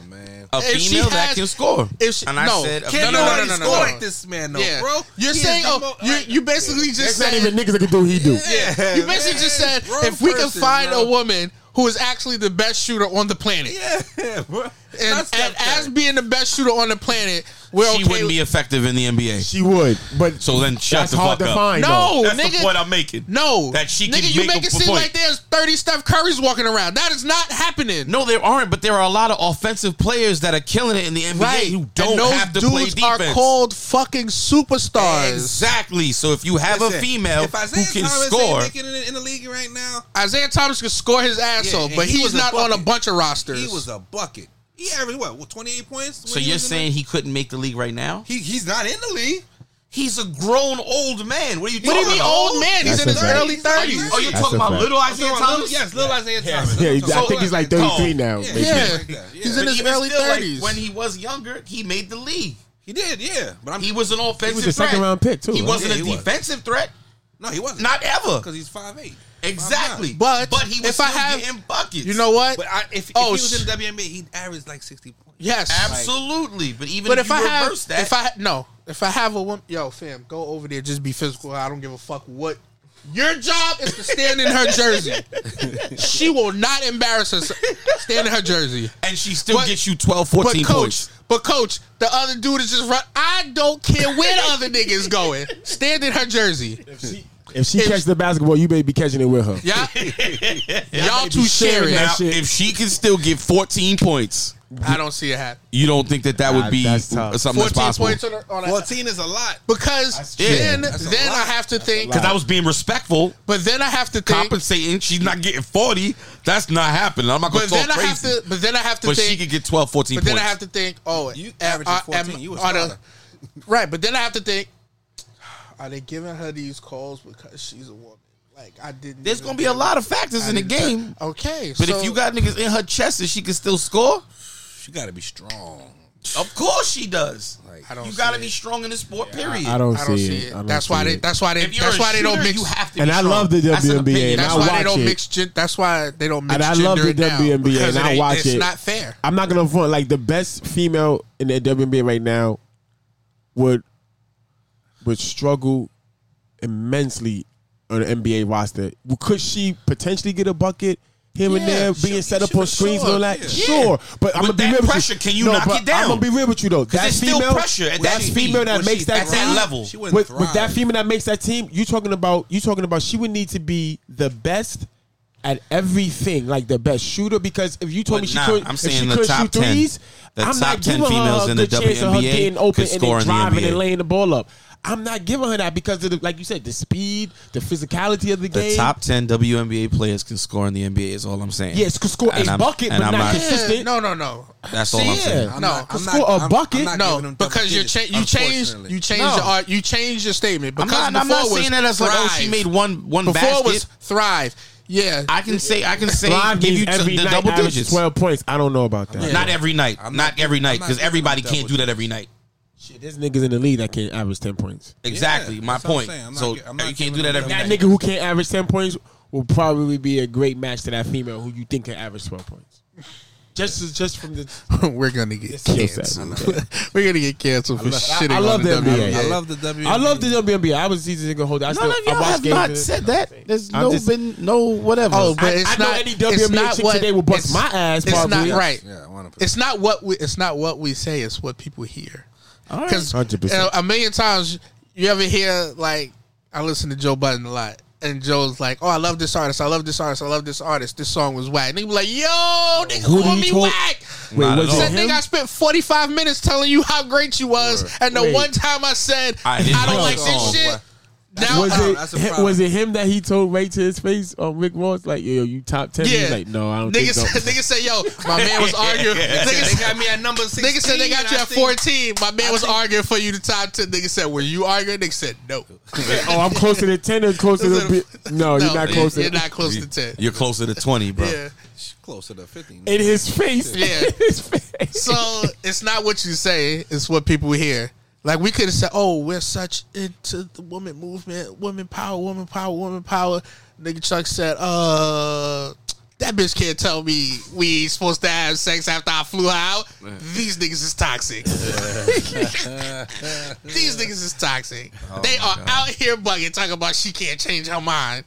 A
if she
female that
has-
can score.
If she,
And I
no,
said a
can't
female
nobody
that can
score
score.
like this.
man,
yeah.
bro.
You're
He is
saying,
the
"Oh,
mo-
you you basically
There's
just
not
said
even niggas that can do what he do.
Yeah,
you basically just said if we can
person,
find
bro.
a woman who is actually the best shooter on the planet,
Yeah, bro.
and, and as being the best shooter on the planet, we're
She
okay.
wouldn't be effective in the NBA.
She would, but
so then shut
that's
the
hard
fuck
to
up.
find.
No,
That's
nigga.
the point I'm making.
no,
That she can
nigga, you
make
make
a
it seem
point.
like there's 30 Steph Currys walking around. That is not happening.
No, there aren't, but there are a lot of offensive players that are killing it in the NBA who don't
and those
have to
dudes
play defense.
are called fucking superstars.
exactly. So if you have a
Listen,
female
if
who
Isaiah
can
Thomas
score,
ain't making it in the league right now,
Isaiah Thomas could score his ass
Yeah,
off,
and
but
he
he, was
was a
not on a
bucket.
bunch of rosters.
he was a bucket. He averaged what, twenty eight points?
so
when he
you're
was in the-
saying he couldn't make the league right now?
he he's not in the league?
He's a grown old man. What are you
What do you mean, old man? He's
That's
in his
a fact.
early
Are you,
thirties.
are you
That's
talking
a
about
fact.
little
I'm talking
Isaiah
about
Thomas?
Little, yes, little Isaiah Thomas.
Yeah,
That's what
I
I'm
think he's like
talking about.
33 now.
Yeah,
maybe.
Yeah,
like that, yeah.
he's in
But
his
even
early
still, like,
thirties.
when he was younger, he made the league.
He did, yeah. But I'm
He was an offensive
He was a second
threat.
round pick, too,
He
right?
wasn't
Yeah,
a
he was.
defensive threat.
no, he wasn't.
Not ever.
because he's five eight.
Exactly.
But
he was
if I
still
have-
getting buckets.
you know what?
But I, if, if
Oh,
he was
sh-
in the WNBA, he'd average like sixty points.
yes,
Absolutely. But even
But
if,
if I
you
have,
reverse that,
if I no, if I have a woman, yo, fam, go over there, just be physical. I don't give a fuck what. Your job is to stand in her jersey. she will not embarrass herself. Stand in her jersey.
and she still
But-
gets you 12, 14
but coach,
points.
but coach, the other dude is just run. I don't care where the other nigga is going. Stand in her jersey.
If she
If-
catches the basketball, you may be catching it with her.
Yeah, y'all too
be sharing
sharing.
that
Now,
shit.
if she can still get 14 points,
I don't see it happen.
you don't think that that would
Nah,
be
that's tough.
something that's
Fourteen
possible?
points on, a, on a,
Fourteen is a lot.
because
true.
then
a
then
lot.
I have to think.
Because I was being respectful,
But then I have to think.
compensating. She's not getting 40. That's not happening. I'm not going
But
to talk
then
crazy.
I have to. But then I have to
but
think.
she could get 12, 14
but
points.
then I have to think. Oh,
You
am-
averaging
are-
14,
am-
you a
are the-
starter.
Right, but then I have to think. Are they giving her these calls because she's a woman? Like I didn't.
There's
even
going to be
do
a
it.
lot of factors
I
in the
didn't do-
game.
Okay,
But
so-
if you got niggas in her chest and she can still score,
She got to be strong.
Of course she does.
I don't
you got to be strong in the sport. Period.
I don't see it. I don't
That's why
see
they.
it.
That's why they.
If you're
That's
a
why they don't
shooter,
mix.
you have to
And I love the WNBA, and
That's
I
why they
watch
don't
it.
mix. gen- That's why they don't mix.
And I
gender
love the
now,
WNBA,
because
and I
ain't-
watch it.
It's not fair.
I'm not gonna front like the best female in the WNBA right now would would struggle immensely on the NBA roster. Could she potentially get a bucket? Here and
Yeah,
there, being set up on screens and all that. Sure, but I'm
With
gonna be
that
real with
pressure,
you.
can you knock it down?
I'm gonna be real with you though.
'Cause
That
it's still
female,
pressure at
that
that speed.
female that
When
makes
she's
that
at that
team-
level. She wouldn't
With, with that
thrive.
female that makes that team, you talking about you talking about she would need to be the best at everything, like the best shooter. Because if you told
But
me she
nah,
couldn't,
I'm
if she
saying the
could
top
shoot
10.
threes,
The
I'm
top
not
10
giving
females
her a
in the
good chance of her
WNBA
getting open
could
and then
score in the
driving and
NBA.
laying the ball up. I'm not giving her that because of the, like you said, the speed, the physicality of the,
The
game.
top ten WNBA players can score in the NBA. Is all I'm saying.
Yes, could score
And
a
I'm-
bucket,
and
but
I'm
not consistent.
No, no, no.
That's all I'm saying.
no,
could score a bucket.
no, because you change. You changed. You changed
No.
your art. You changed your statement.
I'm
Because
not- I'm
before
not
was
saying that as like, oh,
thrive.
she made one- one
before
basket.
was thrive. Yeah,
I can say. I can say.
Thrive
give
means
you
every
t- the
night
double
averages
digits.
twelve points. I don't know about that.
Not every night. Not, every night because everybody can't do that every night.
Shit, there's niggas in the league that can't average ten points.
Exactly. My
that's what I'm
point.
saying. I'm not
so
uh,
gi- I'm not
you can't
giving
do that
them
every
That
night.
nigga who can't average ten points will probably be a great match to that female who you think can average twelve points. Just just from the
we're gonna get
Skill
canceled. we're gonna get canceled for shitting
I love
on
the
the
NBA.
WNBA.
I love the WNBA. I was a season ticket holder. I still,
None of y'all
I watch
have
games
not
and-
said
that. There's
I'm
no
just-
been no whatever.
Oh, but
I-
it's
I know
not
any WNBA
it's not
chick
what-
today will bust
it's-
my ass,
It's
probably.
not right.
Yeah,
it's not what we. It's not what we say. It's what people hear.
right.
Because
100%.
a million times you ever hear like I listen to Joe Budden a lot, and Joe's like, "Oh, I love this artist. I love this artist. I love this artist. This song was whack." And they be like, "Yo, nigga,
Who do
call
you
me
talk-
whack."
Wait, Not was at it
said,
all.
nigga,
him?
I spent forty five minutes telling you how great you was, and the
Wait.
one time I said
I
I,
didn't
don't
know
like
the
this
song.
shit. Now,
was
Oh,
it
that's a
hi-
problem.
was it him that he told right to his face on Rick Ross like yo you top ten?
Yeah.
He's like no I don't
Nigga
think so.
said, nigga said, yo, my man was arguing.
Yeah.
Nigga
They got me at number six.
Nigga said they got you at 14. My man was arguing for you to top 10. Nigga said, were you arguing? Nigga said, no.
oh I'm closer to ten or closer to bi- no, Oh, you're not closer.
You're not close to 10.
You're closer to twenty, bro.
Yeah.
Closer to 50.
in his face.
Yeah. So it's not what you say, it's what people hear. Like we could have said, "Oh, we're such into the woman movement, woman power, woman power, woman power." Nigga Chuck said, "Uh, that bitch can't tell me we ain't supposed to have sex after I flew out. These niggas is toxic. These niggas is toxic.
Oh,
they
my
are
God.
out here bugging, talking about she can't change her mind.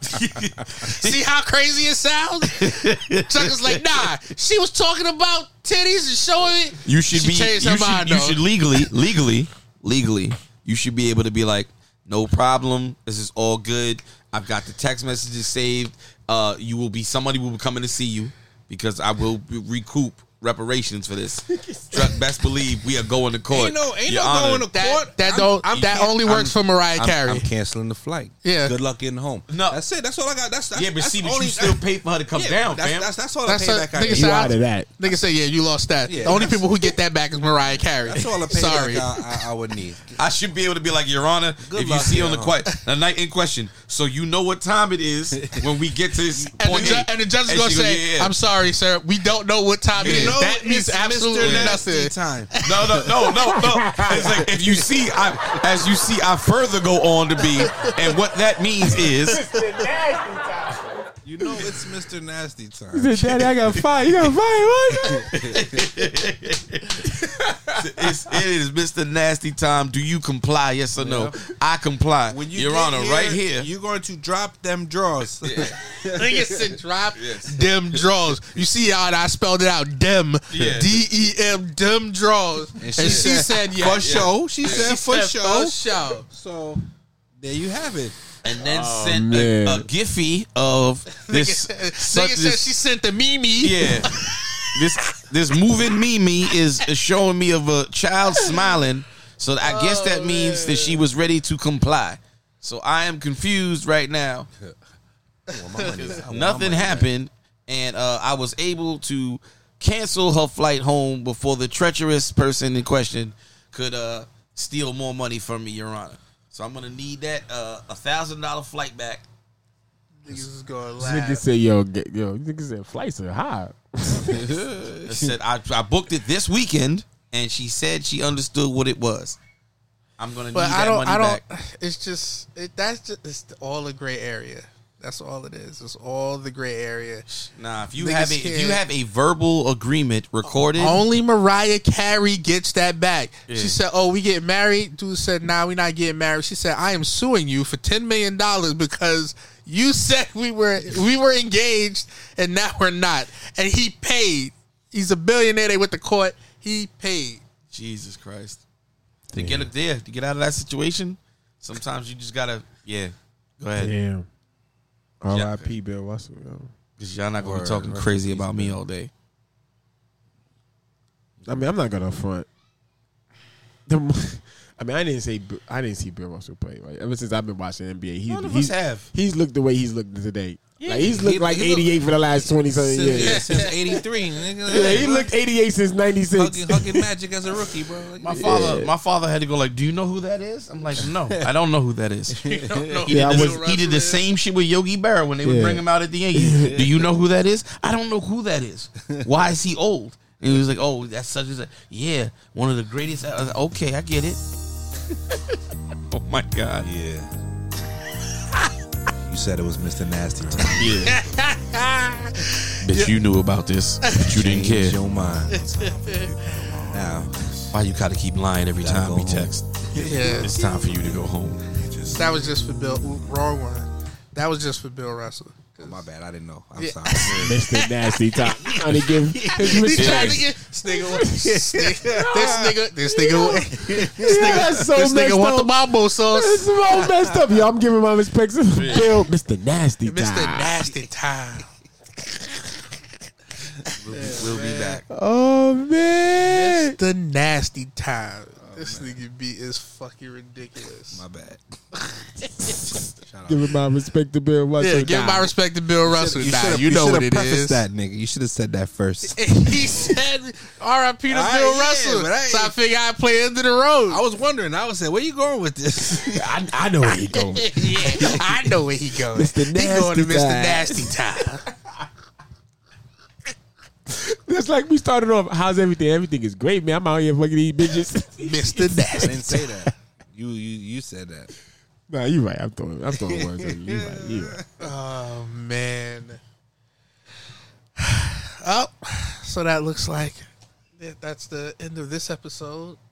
See how crazy it sounds? Chuck is like, nah, she was talking about titties and showing it.
You should
she
be.
changed her
you, should,
mind,
you
though.
should legally, legally, legally. You should be able to be like, no problem. This is all good. I've got the text messages saved. Uh, you will be somebody will be coming to see you because I will recoup reparations for this. Tru- Best believe we are going to court.
Ain't no- ain't
Your
no
Honor.
going to
That- court. that don't- that only works for Mariah
I'm-
Carey.
I'm canceling the flight.
Yeah.
Good luck getting home. No, that's it. That's all I got. That's, that's
Yeah, but
that's
see, but
only-
you still pay for her to come
Yeah,
down,
that's,
fam.
That's, that's all
That's
the
a-
payback I
nigga
got.
said, I- Nigga said, yeah, you lost that.
Yeah,
the only
that's-
people who get that back is Mariah Carey.
That's all the payback
Sorry.
I, I, I would need.
I should be able to be like, Your Honor,
Good
if you
luck,
see
Your
on the
Honor.
quite the night in question, so you know what time it is when we get to this
And the,
point.
ju-
A.
and the judge is
And
going to
she go,
say,
"Yeah, yeah."
I'm sorry, sir. We don't know what time it
You
is.
know
That
it's
means
Mr.
absolutely
Nasty
nothing.
Time.
No, no, no, no, no. It's like if you see, I as you see, I further go on to be, and what that means is
You know it's Mr. Nasty time.
He said, Daddy, I got fired. You got fired. What?
it's, it is Mr. Nasty Time. Do you comply? Yes or no? I comply,
When you
Your
get
Honor. right here.
You're going to drop them drawers.
Nigga said, drop dem draws. You see how I spelled it out? Dem.
Yeah.
D E M. Dem draws. And she, said, yeah.
For show. She said, for show.
For show.
So there you have it.
and then
Oh,
sent a,
man.
a giffy of this.
Nigga
such
said
this-
she sent the Mimi.
Yeah. this this moving Mimi is is showing me of a child smiling. So I guess
Oh,
that means that she was ready to comply. So I am confused right now. Nothing happened, and uh, I was able to cancel her flight home before the treacherous person in question could uh, steal more uh, money from me, Your Honor. So I'm gonna need that a thousand dollar flight back.
Niggas is going
This nigga
live.
said, yo, get, yo, this nigga said flights are high.
I said I, I booked it this weekend, and she said she understood what it was. I'm gonna
But
need that
I don't.
money
I don't.
back.
It's just. It, that's just. It's the- all a gray area. That's all it is. It's all the gray area.
Nah, if you
Niggas
have a, if you
can't-
have a verbal agreement recorded,
Only Mariah Carey gets that back.
Yeah.
She said, "Oh, we get married." Dude said, "Nah, we not getting married." She said, "I am suing you for ten million dollars because you said we were we were engaged and now we're not." And he paid. He's a billionaire. They went to court. He paid.
Jesus Christ, to get up there to get out of that situation, sometimes you just gotta yeah. Go ahead.
Damn. R.I.P. Bill Russell. Yo.
Cause y'all not gonna be talking crazy about me all day.
I mean, I'm not gonna front. The, mo- I mean, I didn't say B- I didn't see Bill Russell play. Right? Ever since I've been watching NBA, he's,
None of us
he's
have.
He's looked the way he's looked today.
Yeah.
Like he's looked
He-
like
he look-
88 for the last 20 something years.
Yeah, since '83. nigga.
Yeah, he looked 88 since 96.
Fucking hugging magic as a rookie, bro. Like,
My
yeah.
father, my father had to go like, "Do you know who that is?" I'm like, "No, I don't know who that is." he, did
know
the-
who
he
Bill
did the, same shit with Yogi Berra when they would
Yeah.
bring him out at the Yankees. Do you know who that is? I don't know who that is. Why is he old? And he was like, "Oh, that's such and such." Yeah, one of the greatest. I was like, okay, I get it. oh my god.
Yeah. You said it was Mr. Nasty. Time.
Yeah. Bitch, you knew about this, but you didn't care.
Change your mind.
Now, why you gotta keep lying every
Gotta
time
go
we
home.
text?
Yeah.
it's time for you to go home.
That was just for Bill. ooh, Wrong one. That was just for Bill Russell.
my bad. I didn't know. I'm
Yeah.
sorry.
Mr. Nasty Top. Trying to give his
He tried to
respect.
get this nigga. This nigga. This nigga. This
Yeah,
nigga.
that's so
This
messed
nigga want the
up.
mambo
It's
sauce.
all messed up, yo. I'm giving my respects to Bill, Mr. Nasty Top.
Mr. Nasty Time.
We'll, be, we'll be back.
Oh man,
the nasty time. this nigga beat is fucking ridiculous. My
bad.
Giving my respect to Bill Russell.
yeah, give
Nah.
my respect to Bill Russell. You,
shoulda-
you, know
shoulda
what it
prefaced
is.
that, nigga. You should have said that first.
he said, "R.I.P. to Bill
I- yeah,
Russell."
but I-
so I figure I play under the road.
I was wondering. I was saying, where you going with this?
I, I know where he going.
yeah, I know where he going.
Mr.
He going to
Nasty
Mr.
Time.
Nasty Time.
That's like we started off. How's everything? Everything is great, man. I'm out here fucking these bitches.
Mr.
I didn't say that. You you you said that.
nah, you right. I'm throwing. I'm throwing words. At you. you right. You right.
Oh man. Oh, so that looks like that- that's the end of this episode.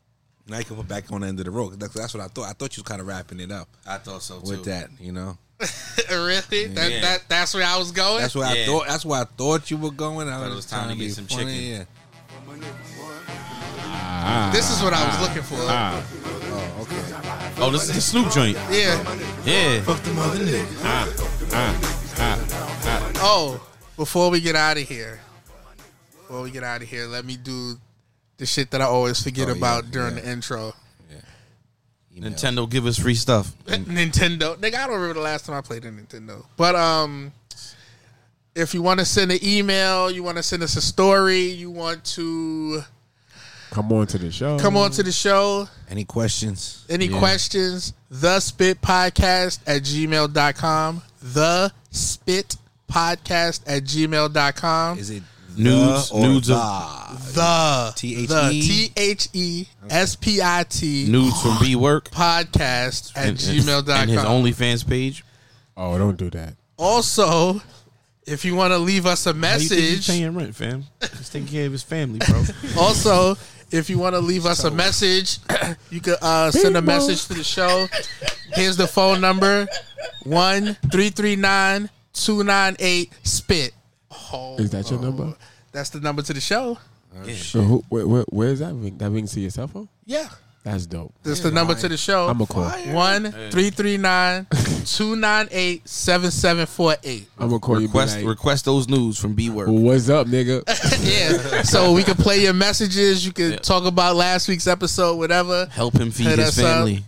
Now you can put back on the end of the road. That's, that's what I thought. I thought you was kind of wrapping it up.
I thought so too.
with that, you know.
really? That,
Yeah.
that that's where I was going.
That's where I
Yeah.
thought. That's where I thought you were going. I
Thought
was,
it was time to
trying
get
be
some
funny,
chicken.
Yeah.
This is what I was looking for.
Oh, okay.
Oh, this is the Snoop joint.
Yeah.
Yeah.
Fuck the mother nigga.
Oh, before we get out of here, before we get out of here, let me do the shit that I always forget
Oh, yeah,
about during
yeah.
the intro.
Nintendo give us free stuff.
Nintendo. Nigga, I don't remember the last time I played a Nintendo. But um if you want to send an email, you want to send us a story, you want to
Come on to the show.
come on to the show,
Any questions?
any
Yeah.
questions, the spit podcast at gmail.com. The spit podcast at gmail.com.
Is it
Nudes,
the or
nudes of-
the?
the
T H
the
E?
T H E S P I T
Nudes from B Work
podcast at
and,
gmail.com.
and his OnlyFans page.
Oh, don't do that.
Also, if you want to leave us a
How you think he's
message,
paying rent, fam. He's taking care of his family, bro.
also, if you want to leave us a message, you could uh, send a
People.
message to the show. Here's the phone number 1 298 SPIT. Oh,
Is that your number?
That's the number to the show.
So who, where, where, where is that ring? That ring to your cell phone?
Yeah.
That's dope.
That's the number to the show.
I'ma call.
1 298 7748.
I'm gonna call
request
you. Be like,
request those nudes from B Work.
What's up, nigga?
Yeah. So we can play your messages. You can talk about last week's episode, whatever.
Help him feed
Hit
his
us up.
family.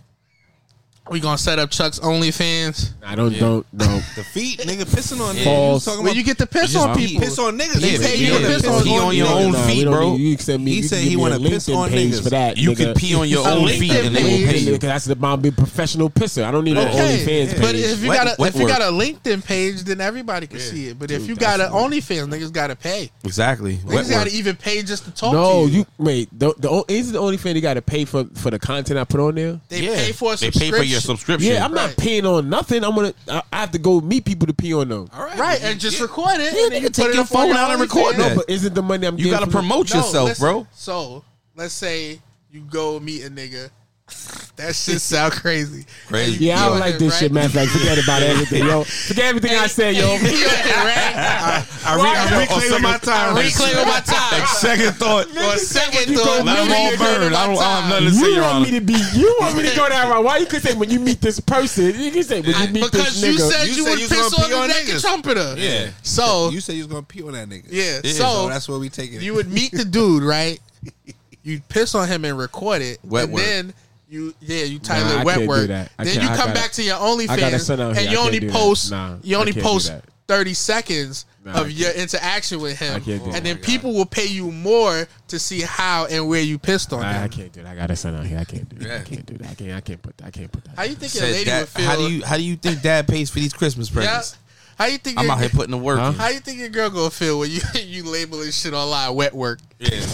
We gonna set up Chuck's OnlyFans.
I don't don't no.
The feet, nigga, pissing on
False.
niggas. You talking
When
about-
you get to piss
Just
on
feet.
people,
Piss on niggas. They
Yeah,
say
yeah,
you wanna piss
yeah.
on
Pee on your
niggas.
own
Nah,
feet,
we don't
bro.
need-
You accept me?
He
you
said
give
he
me a
wanna piss
LinkedIn
on
page
niggas.
for that.
You
nigga.
could pee on your
A
own
LinkedIn
feet and they will
page.
pay you.
Nigga, That's the bomb. Be a professional pisser. I don't need an
Okay,
OnlyFans page.
but if you
Wet-
got a
wet
if you
work.
got a LinkedIn page, then everybody can see it. But if
Dude,
you got an OnlyFans, niggas gotta pay.
Exactly.
Niggas gotta even pay just to talk
no,
to you.
you, wait. The, the o- is it the only fan you got to pay for for the content I put on there?
They pay for a
They
subscription.
pay for your subscription.
Yeah, I'm not paying on nothing. I'm gonna. I, I have to go meet people to pee on them.
All right, right, and just record it.
Yeah,
and then
nigga,
you
take
put it
your
up on
phone out and record
OnlyFans.
No,
that.
but isn't the money I'm
You
getting
gotta
from-
promote
No,
yourself,
listen.
bro.
So let's say you go meet a nigga. That shit sound crazy.
Crazy.
And you
Yeah, I
pee
don't
on
like
it,
this
right?
shit, man. Like, forget about everything, yo. Forget everything I said, yo.
You pee on it, right?
I, re- I'm reclaiming my time.
I reclaim my time.
Second thought.
On second thought,
Let him all burn. I don't, I don't have nothing to say,
You
Your
want me
Honor.
to be? You want me to go that route? Why you could say when you meet this person? You can say when you meet
because
this
you
nigga.
said you, would piss on the naked trumpeter.
Yeah.
So
You said you was gonna pee on that nigga.
Yeah, so-
that's where we taking it.
you would meet the dude, right? You'd piss on him and record it.
Wet
and
work.
then you yeah, you title
Nah, I
it wet
can't
work.
do that. I
Then
can't-
you
I
come
gotta-
back to your
I gotta
OnlyFans
send out here.
and
I
you
can't
only
do that.
post
Nah,
you
I
only
can't do
post
that.
thirty seconds
Nah, I
of your interaction with him.
I can't do
and
that.
Oh
then people will pay you more to see how and where you pissed on
I, I
him.
can't do that. I gotta send out here. I can't do that. I can't do that. I can't. I can't put that. I can't put that.
How you think your
Said
lady
dad-
would feel?
How do you how do you think dad pays for these Christmas
yeah.
presents?
How you think
I'm
your-
out here putting the work. in.
How you think your girl gonna feel when you you labeling shit online wet work?
Yeah.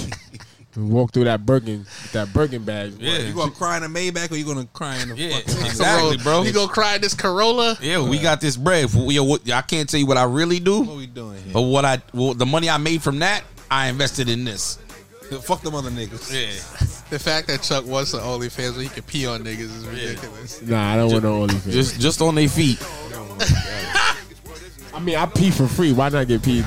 Walk through that Bergen, that Bergen bag.
You gonna cry in a Maybach or you gonna cry in the fucking
Exactly, bro.
You gonna cry this Corolla?
Yeah, we got this bread. We- yo, what- I can't tell you what I really do. What
we doing here?
But what I well, the money I made from that, I invested in this.
Fuck them other niggas.
Yeah.
The fact that Chuck wants an OnlyFans where he can pee on niggas is ridiculous.
Nah, I don't want no OnlyFans.
Just just on their feet.
I mean, I pee for free. Why not get peed?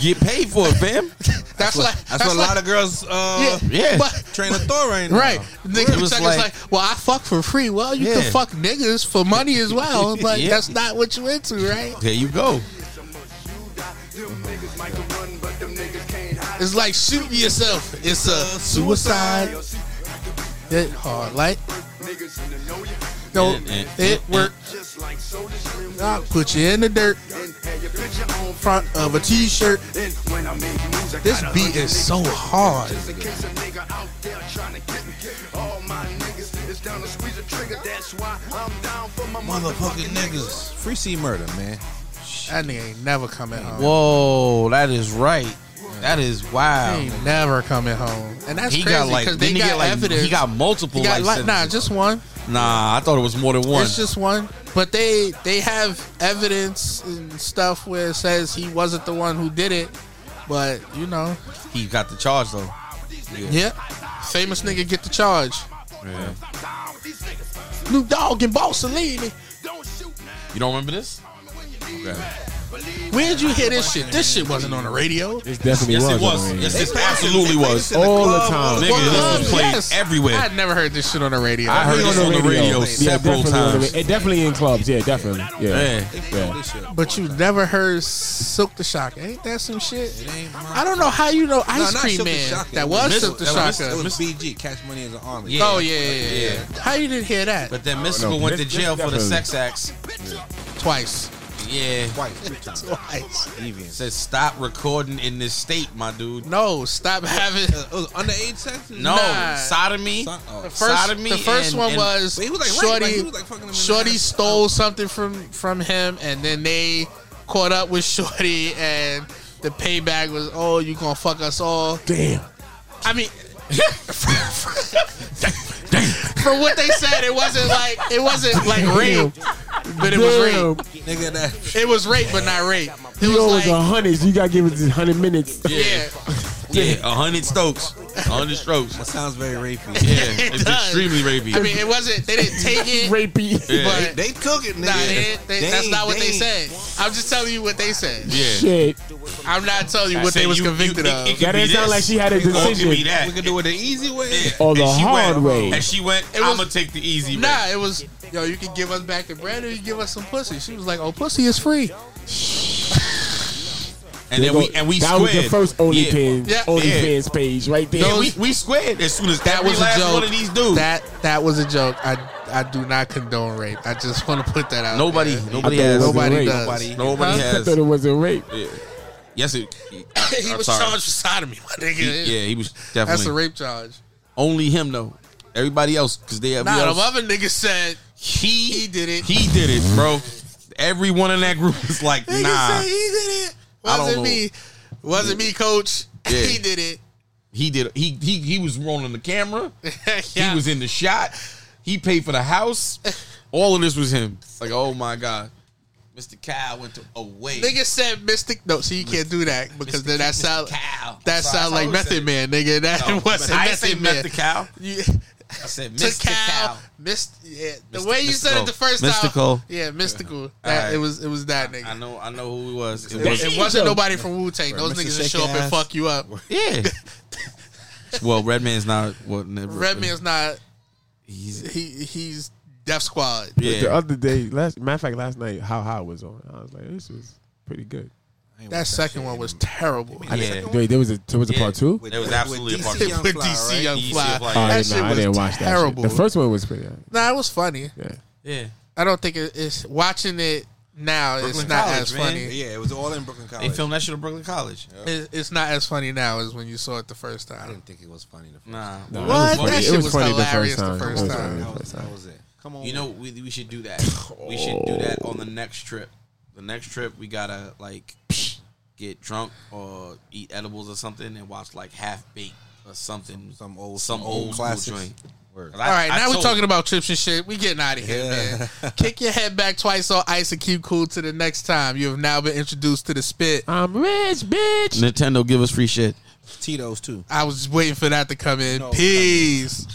Get paid for it, fam.
That's, like
That's, what a lot of girls uh
Yeah.
but-
train of thought right now.
Right, nigga.
It was
Chuck
like-
is like, well, I fuck for free. Well, you
Yeah.
can fuck niggas for money as well, but
Yeah.
that's not what you into, right?
There you go.
It's like shooting yourself. It's a
Uh,
suicide. It hard like no,
And- and-
it work. I put you in the dirt, front of a t-shirt. This beat is so hard.
Motherfucking niggas. Free C murder, man.
That nigga ain't never coming home.
Whoa, that is right. That is wow.
He ain't never coming home, and that's
he
crazy
got like
because they
didn't he
got
get like
evidence.
he got multiple
He got
life
like- nah,
sentences.
just one.
Nah, I thought it was more than one.
It's just one, but they they have evidence and stuff where it says he wasn't the one who did it. But you know,
he got the charge though.
yeah, famous nigga get the charge. New dog and Mussolini.
You don't remember this?
Where'd you hear this shit? This shit wasn't on the radio.
It definitely
Yes,
was.
it was.
on the
Yes,
radio.
it absolutely was.
All
all the
club,
time.
Nigga, this was played
Yes. I
everywhere.
had never heard this shit on the radio.
I heard this on the radio several
definitely on the
times.
ra- it definitely in clubs. Yeah, definitely. Yeah,
Yeah.
yeah.
But you never heard Silk the Shocker. Ain't that some shit? I don't know how you know Ice
not
Cream
Silk the
Man.
Shocker.
That was
Miss-
Silk the
that was-
It
Shocker.
was BG, Cash Money is an army.
Yeah.
Oh, yeah, yeah, yeah.
Yeah.
How you didn't hear that?
But then Mystical
know.
went to
This- this
jail for the
definitely-
sex acts.
Twice.
Yeah.
Twice, two times.
Twice.
Deviant.
Says stop recording in this state, my dude.
No, stop having.
Uh, it was underage sex?
No,
Nah.
sodomy.
Son- oh.
The first,
sodomy
the first
and-
one
and-
was
But he was like raped,
Shorty.
like, he was, like, fucking him in the
Shorty
ass.
stole something from from him, and then they caught up with Shorty, and the payback was, "Oh, you gonna fuck us all."
Damn.
I mean, from what they said, it wasn't like it wasn't like rape, but it was
Damn.
rape.
Nigga, that
It was rape, but not rape. It
You know,
was
it was a
like
hundred. So you gotta give us hundred minutes.
yeah,
Yeah, a hundred strokes. A hundred strokes. Yeah,
sounds very rapey.
It
it's
does.
extremely rapey.
I mean, it wasn't. They didn't take it.
Rapey.
Yeah.
But
They took it, nigga.
Nah, they, they, that's
ain't-
not what they,
ain't-
said. I'm just telling you what they said.
yeah.
Shit.
I'm not telling you
I
what
said
they was
you-
convicted
you- it-
of.
it could
That
be
didn't sound
this.
like she had a
Or it could be
decision.
that.
We can do it the easy way.
Yeah.
Or Oh, the
And she
hard
went-
way.
And she went,
It was-
I'm going to take the easy way.
nah, it was yo. You can give us back the bread, or you give us some pussy. She was like, "Oh, pussy is free."
And then we, and we
that
squared.
was the first
Yeah.
OnlyFans
Yeah.
OnlyFans page right there.
And we, we squared as soon as
That
every
was a
last
joke.
one of these dudes.
That that was a joke. I I do not condone rape. I just want to put that out.
Nobody-
there.
nobody has- Nobody-
Nobody does.
nobody- nobody
I thought it was a rape.
Yes, it. uh,
he was charged with sodomy, my nigga.
He- yeah, he was definitely.
That's a rape charge.
Only him though. Everybody else, because they have.
Nah, them other niggas said
he
he did it.
He did it, bro. Everyone in that group is like,
Niggas
nah.
say he did it.
I don't
Wasn't
know.
me. Wasn't me, coach.
Yeah.
He did it.
He did. He he he was rolling the camera. He was in the shot. He paid for the house. All of this was him. It's like, oh my god, Mr. Kyle went to away.
Niggas said Mystic. No, see, you can't do that because then that sound that
Sorry,
sound
I
like
always said
Method
it.
Man, nigga. That
No,
wasn't
I didn't say Mr.
Method Man.
Cow.
You,
I said
to
Mr.
Cow,
Cow.
Mist, yeah, the
Mr.
way you said it the
Mystical.
first
Mystical.
time, yeah, mystical.
All
That,
right.
It was it was that nigga.
I know. I know who he was.
It, was, not nobody from Wu Tang.
Right,
Those
Mr.
niggas that
Shake
show up
Ass.
and fuck you up.
Yeah. well, Redman's not. Well, never,
Redman's not.
He's
he he's Def Squad.
But the other day, last matter of fact, last night, how high was on. I was like, this is pretty good.
That second one was terrible.
I didn't- Wait, there was a there was a part two.
There was absolutely a part two.
With DC Young
DC
Fly.
Oh,
That
yeah,
shit
nah, I
was
didn't watch
terrible.
that. Shit. The first one was pretty.
Nah, it was funny.
Yeah.
Yeah.
I don't think it, it's watching it now. it's
Brooklyn
not
College,
as
man.
funny.
Yeah, it was all in Brooklyn College.
filmed that shit at Brooklyn College.
It, it's not as funny now as when you saw it the first time. I didn't
think it was funny the first
Nah.
time. What? That shit was, hilarious the
time.
first
It was
time.
funny the first time.
Come on. You know, we, we should do that. We should do that on the next trip. The next trip, we gotta like get drunk or eat edibles or something and watch like half baked or something. Some old, some
old
old school
classics.
joint.
Word.
All right, now we're talking about trips and shit. We getting out of here, man. Kick your head back twice on ice and keep cool till the next time. You have now been introduced to the spit.
I'm rich, bitch.
Nintendo give us free shit.
Tito's too.
I was waiting for that to come in. Peace.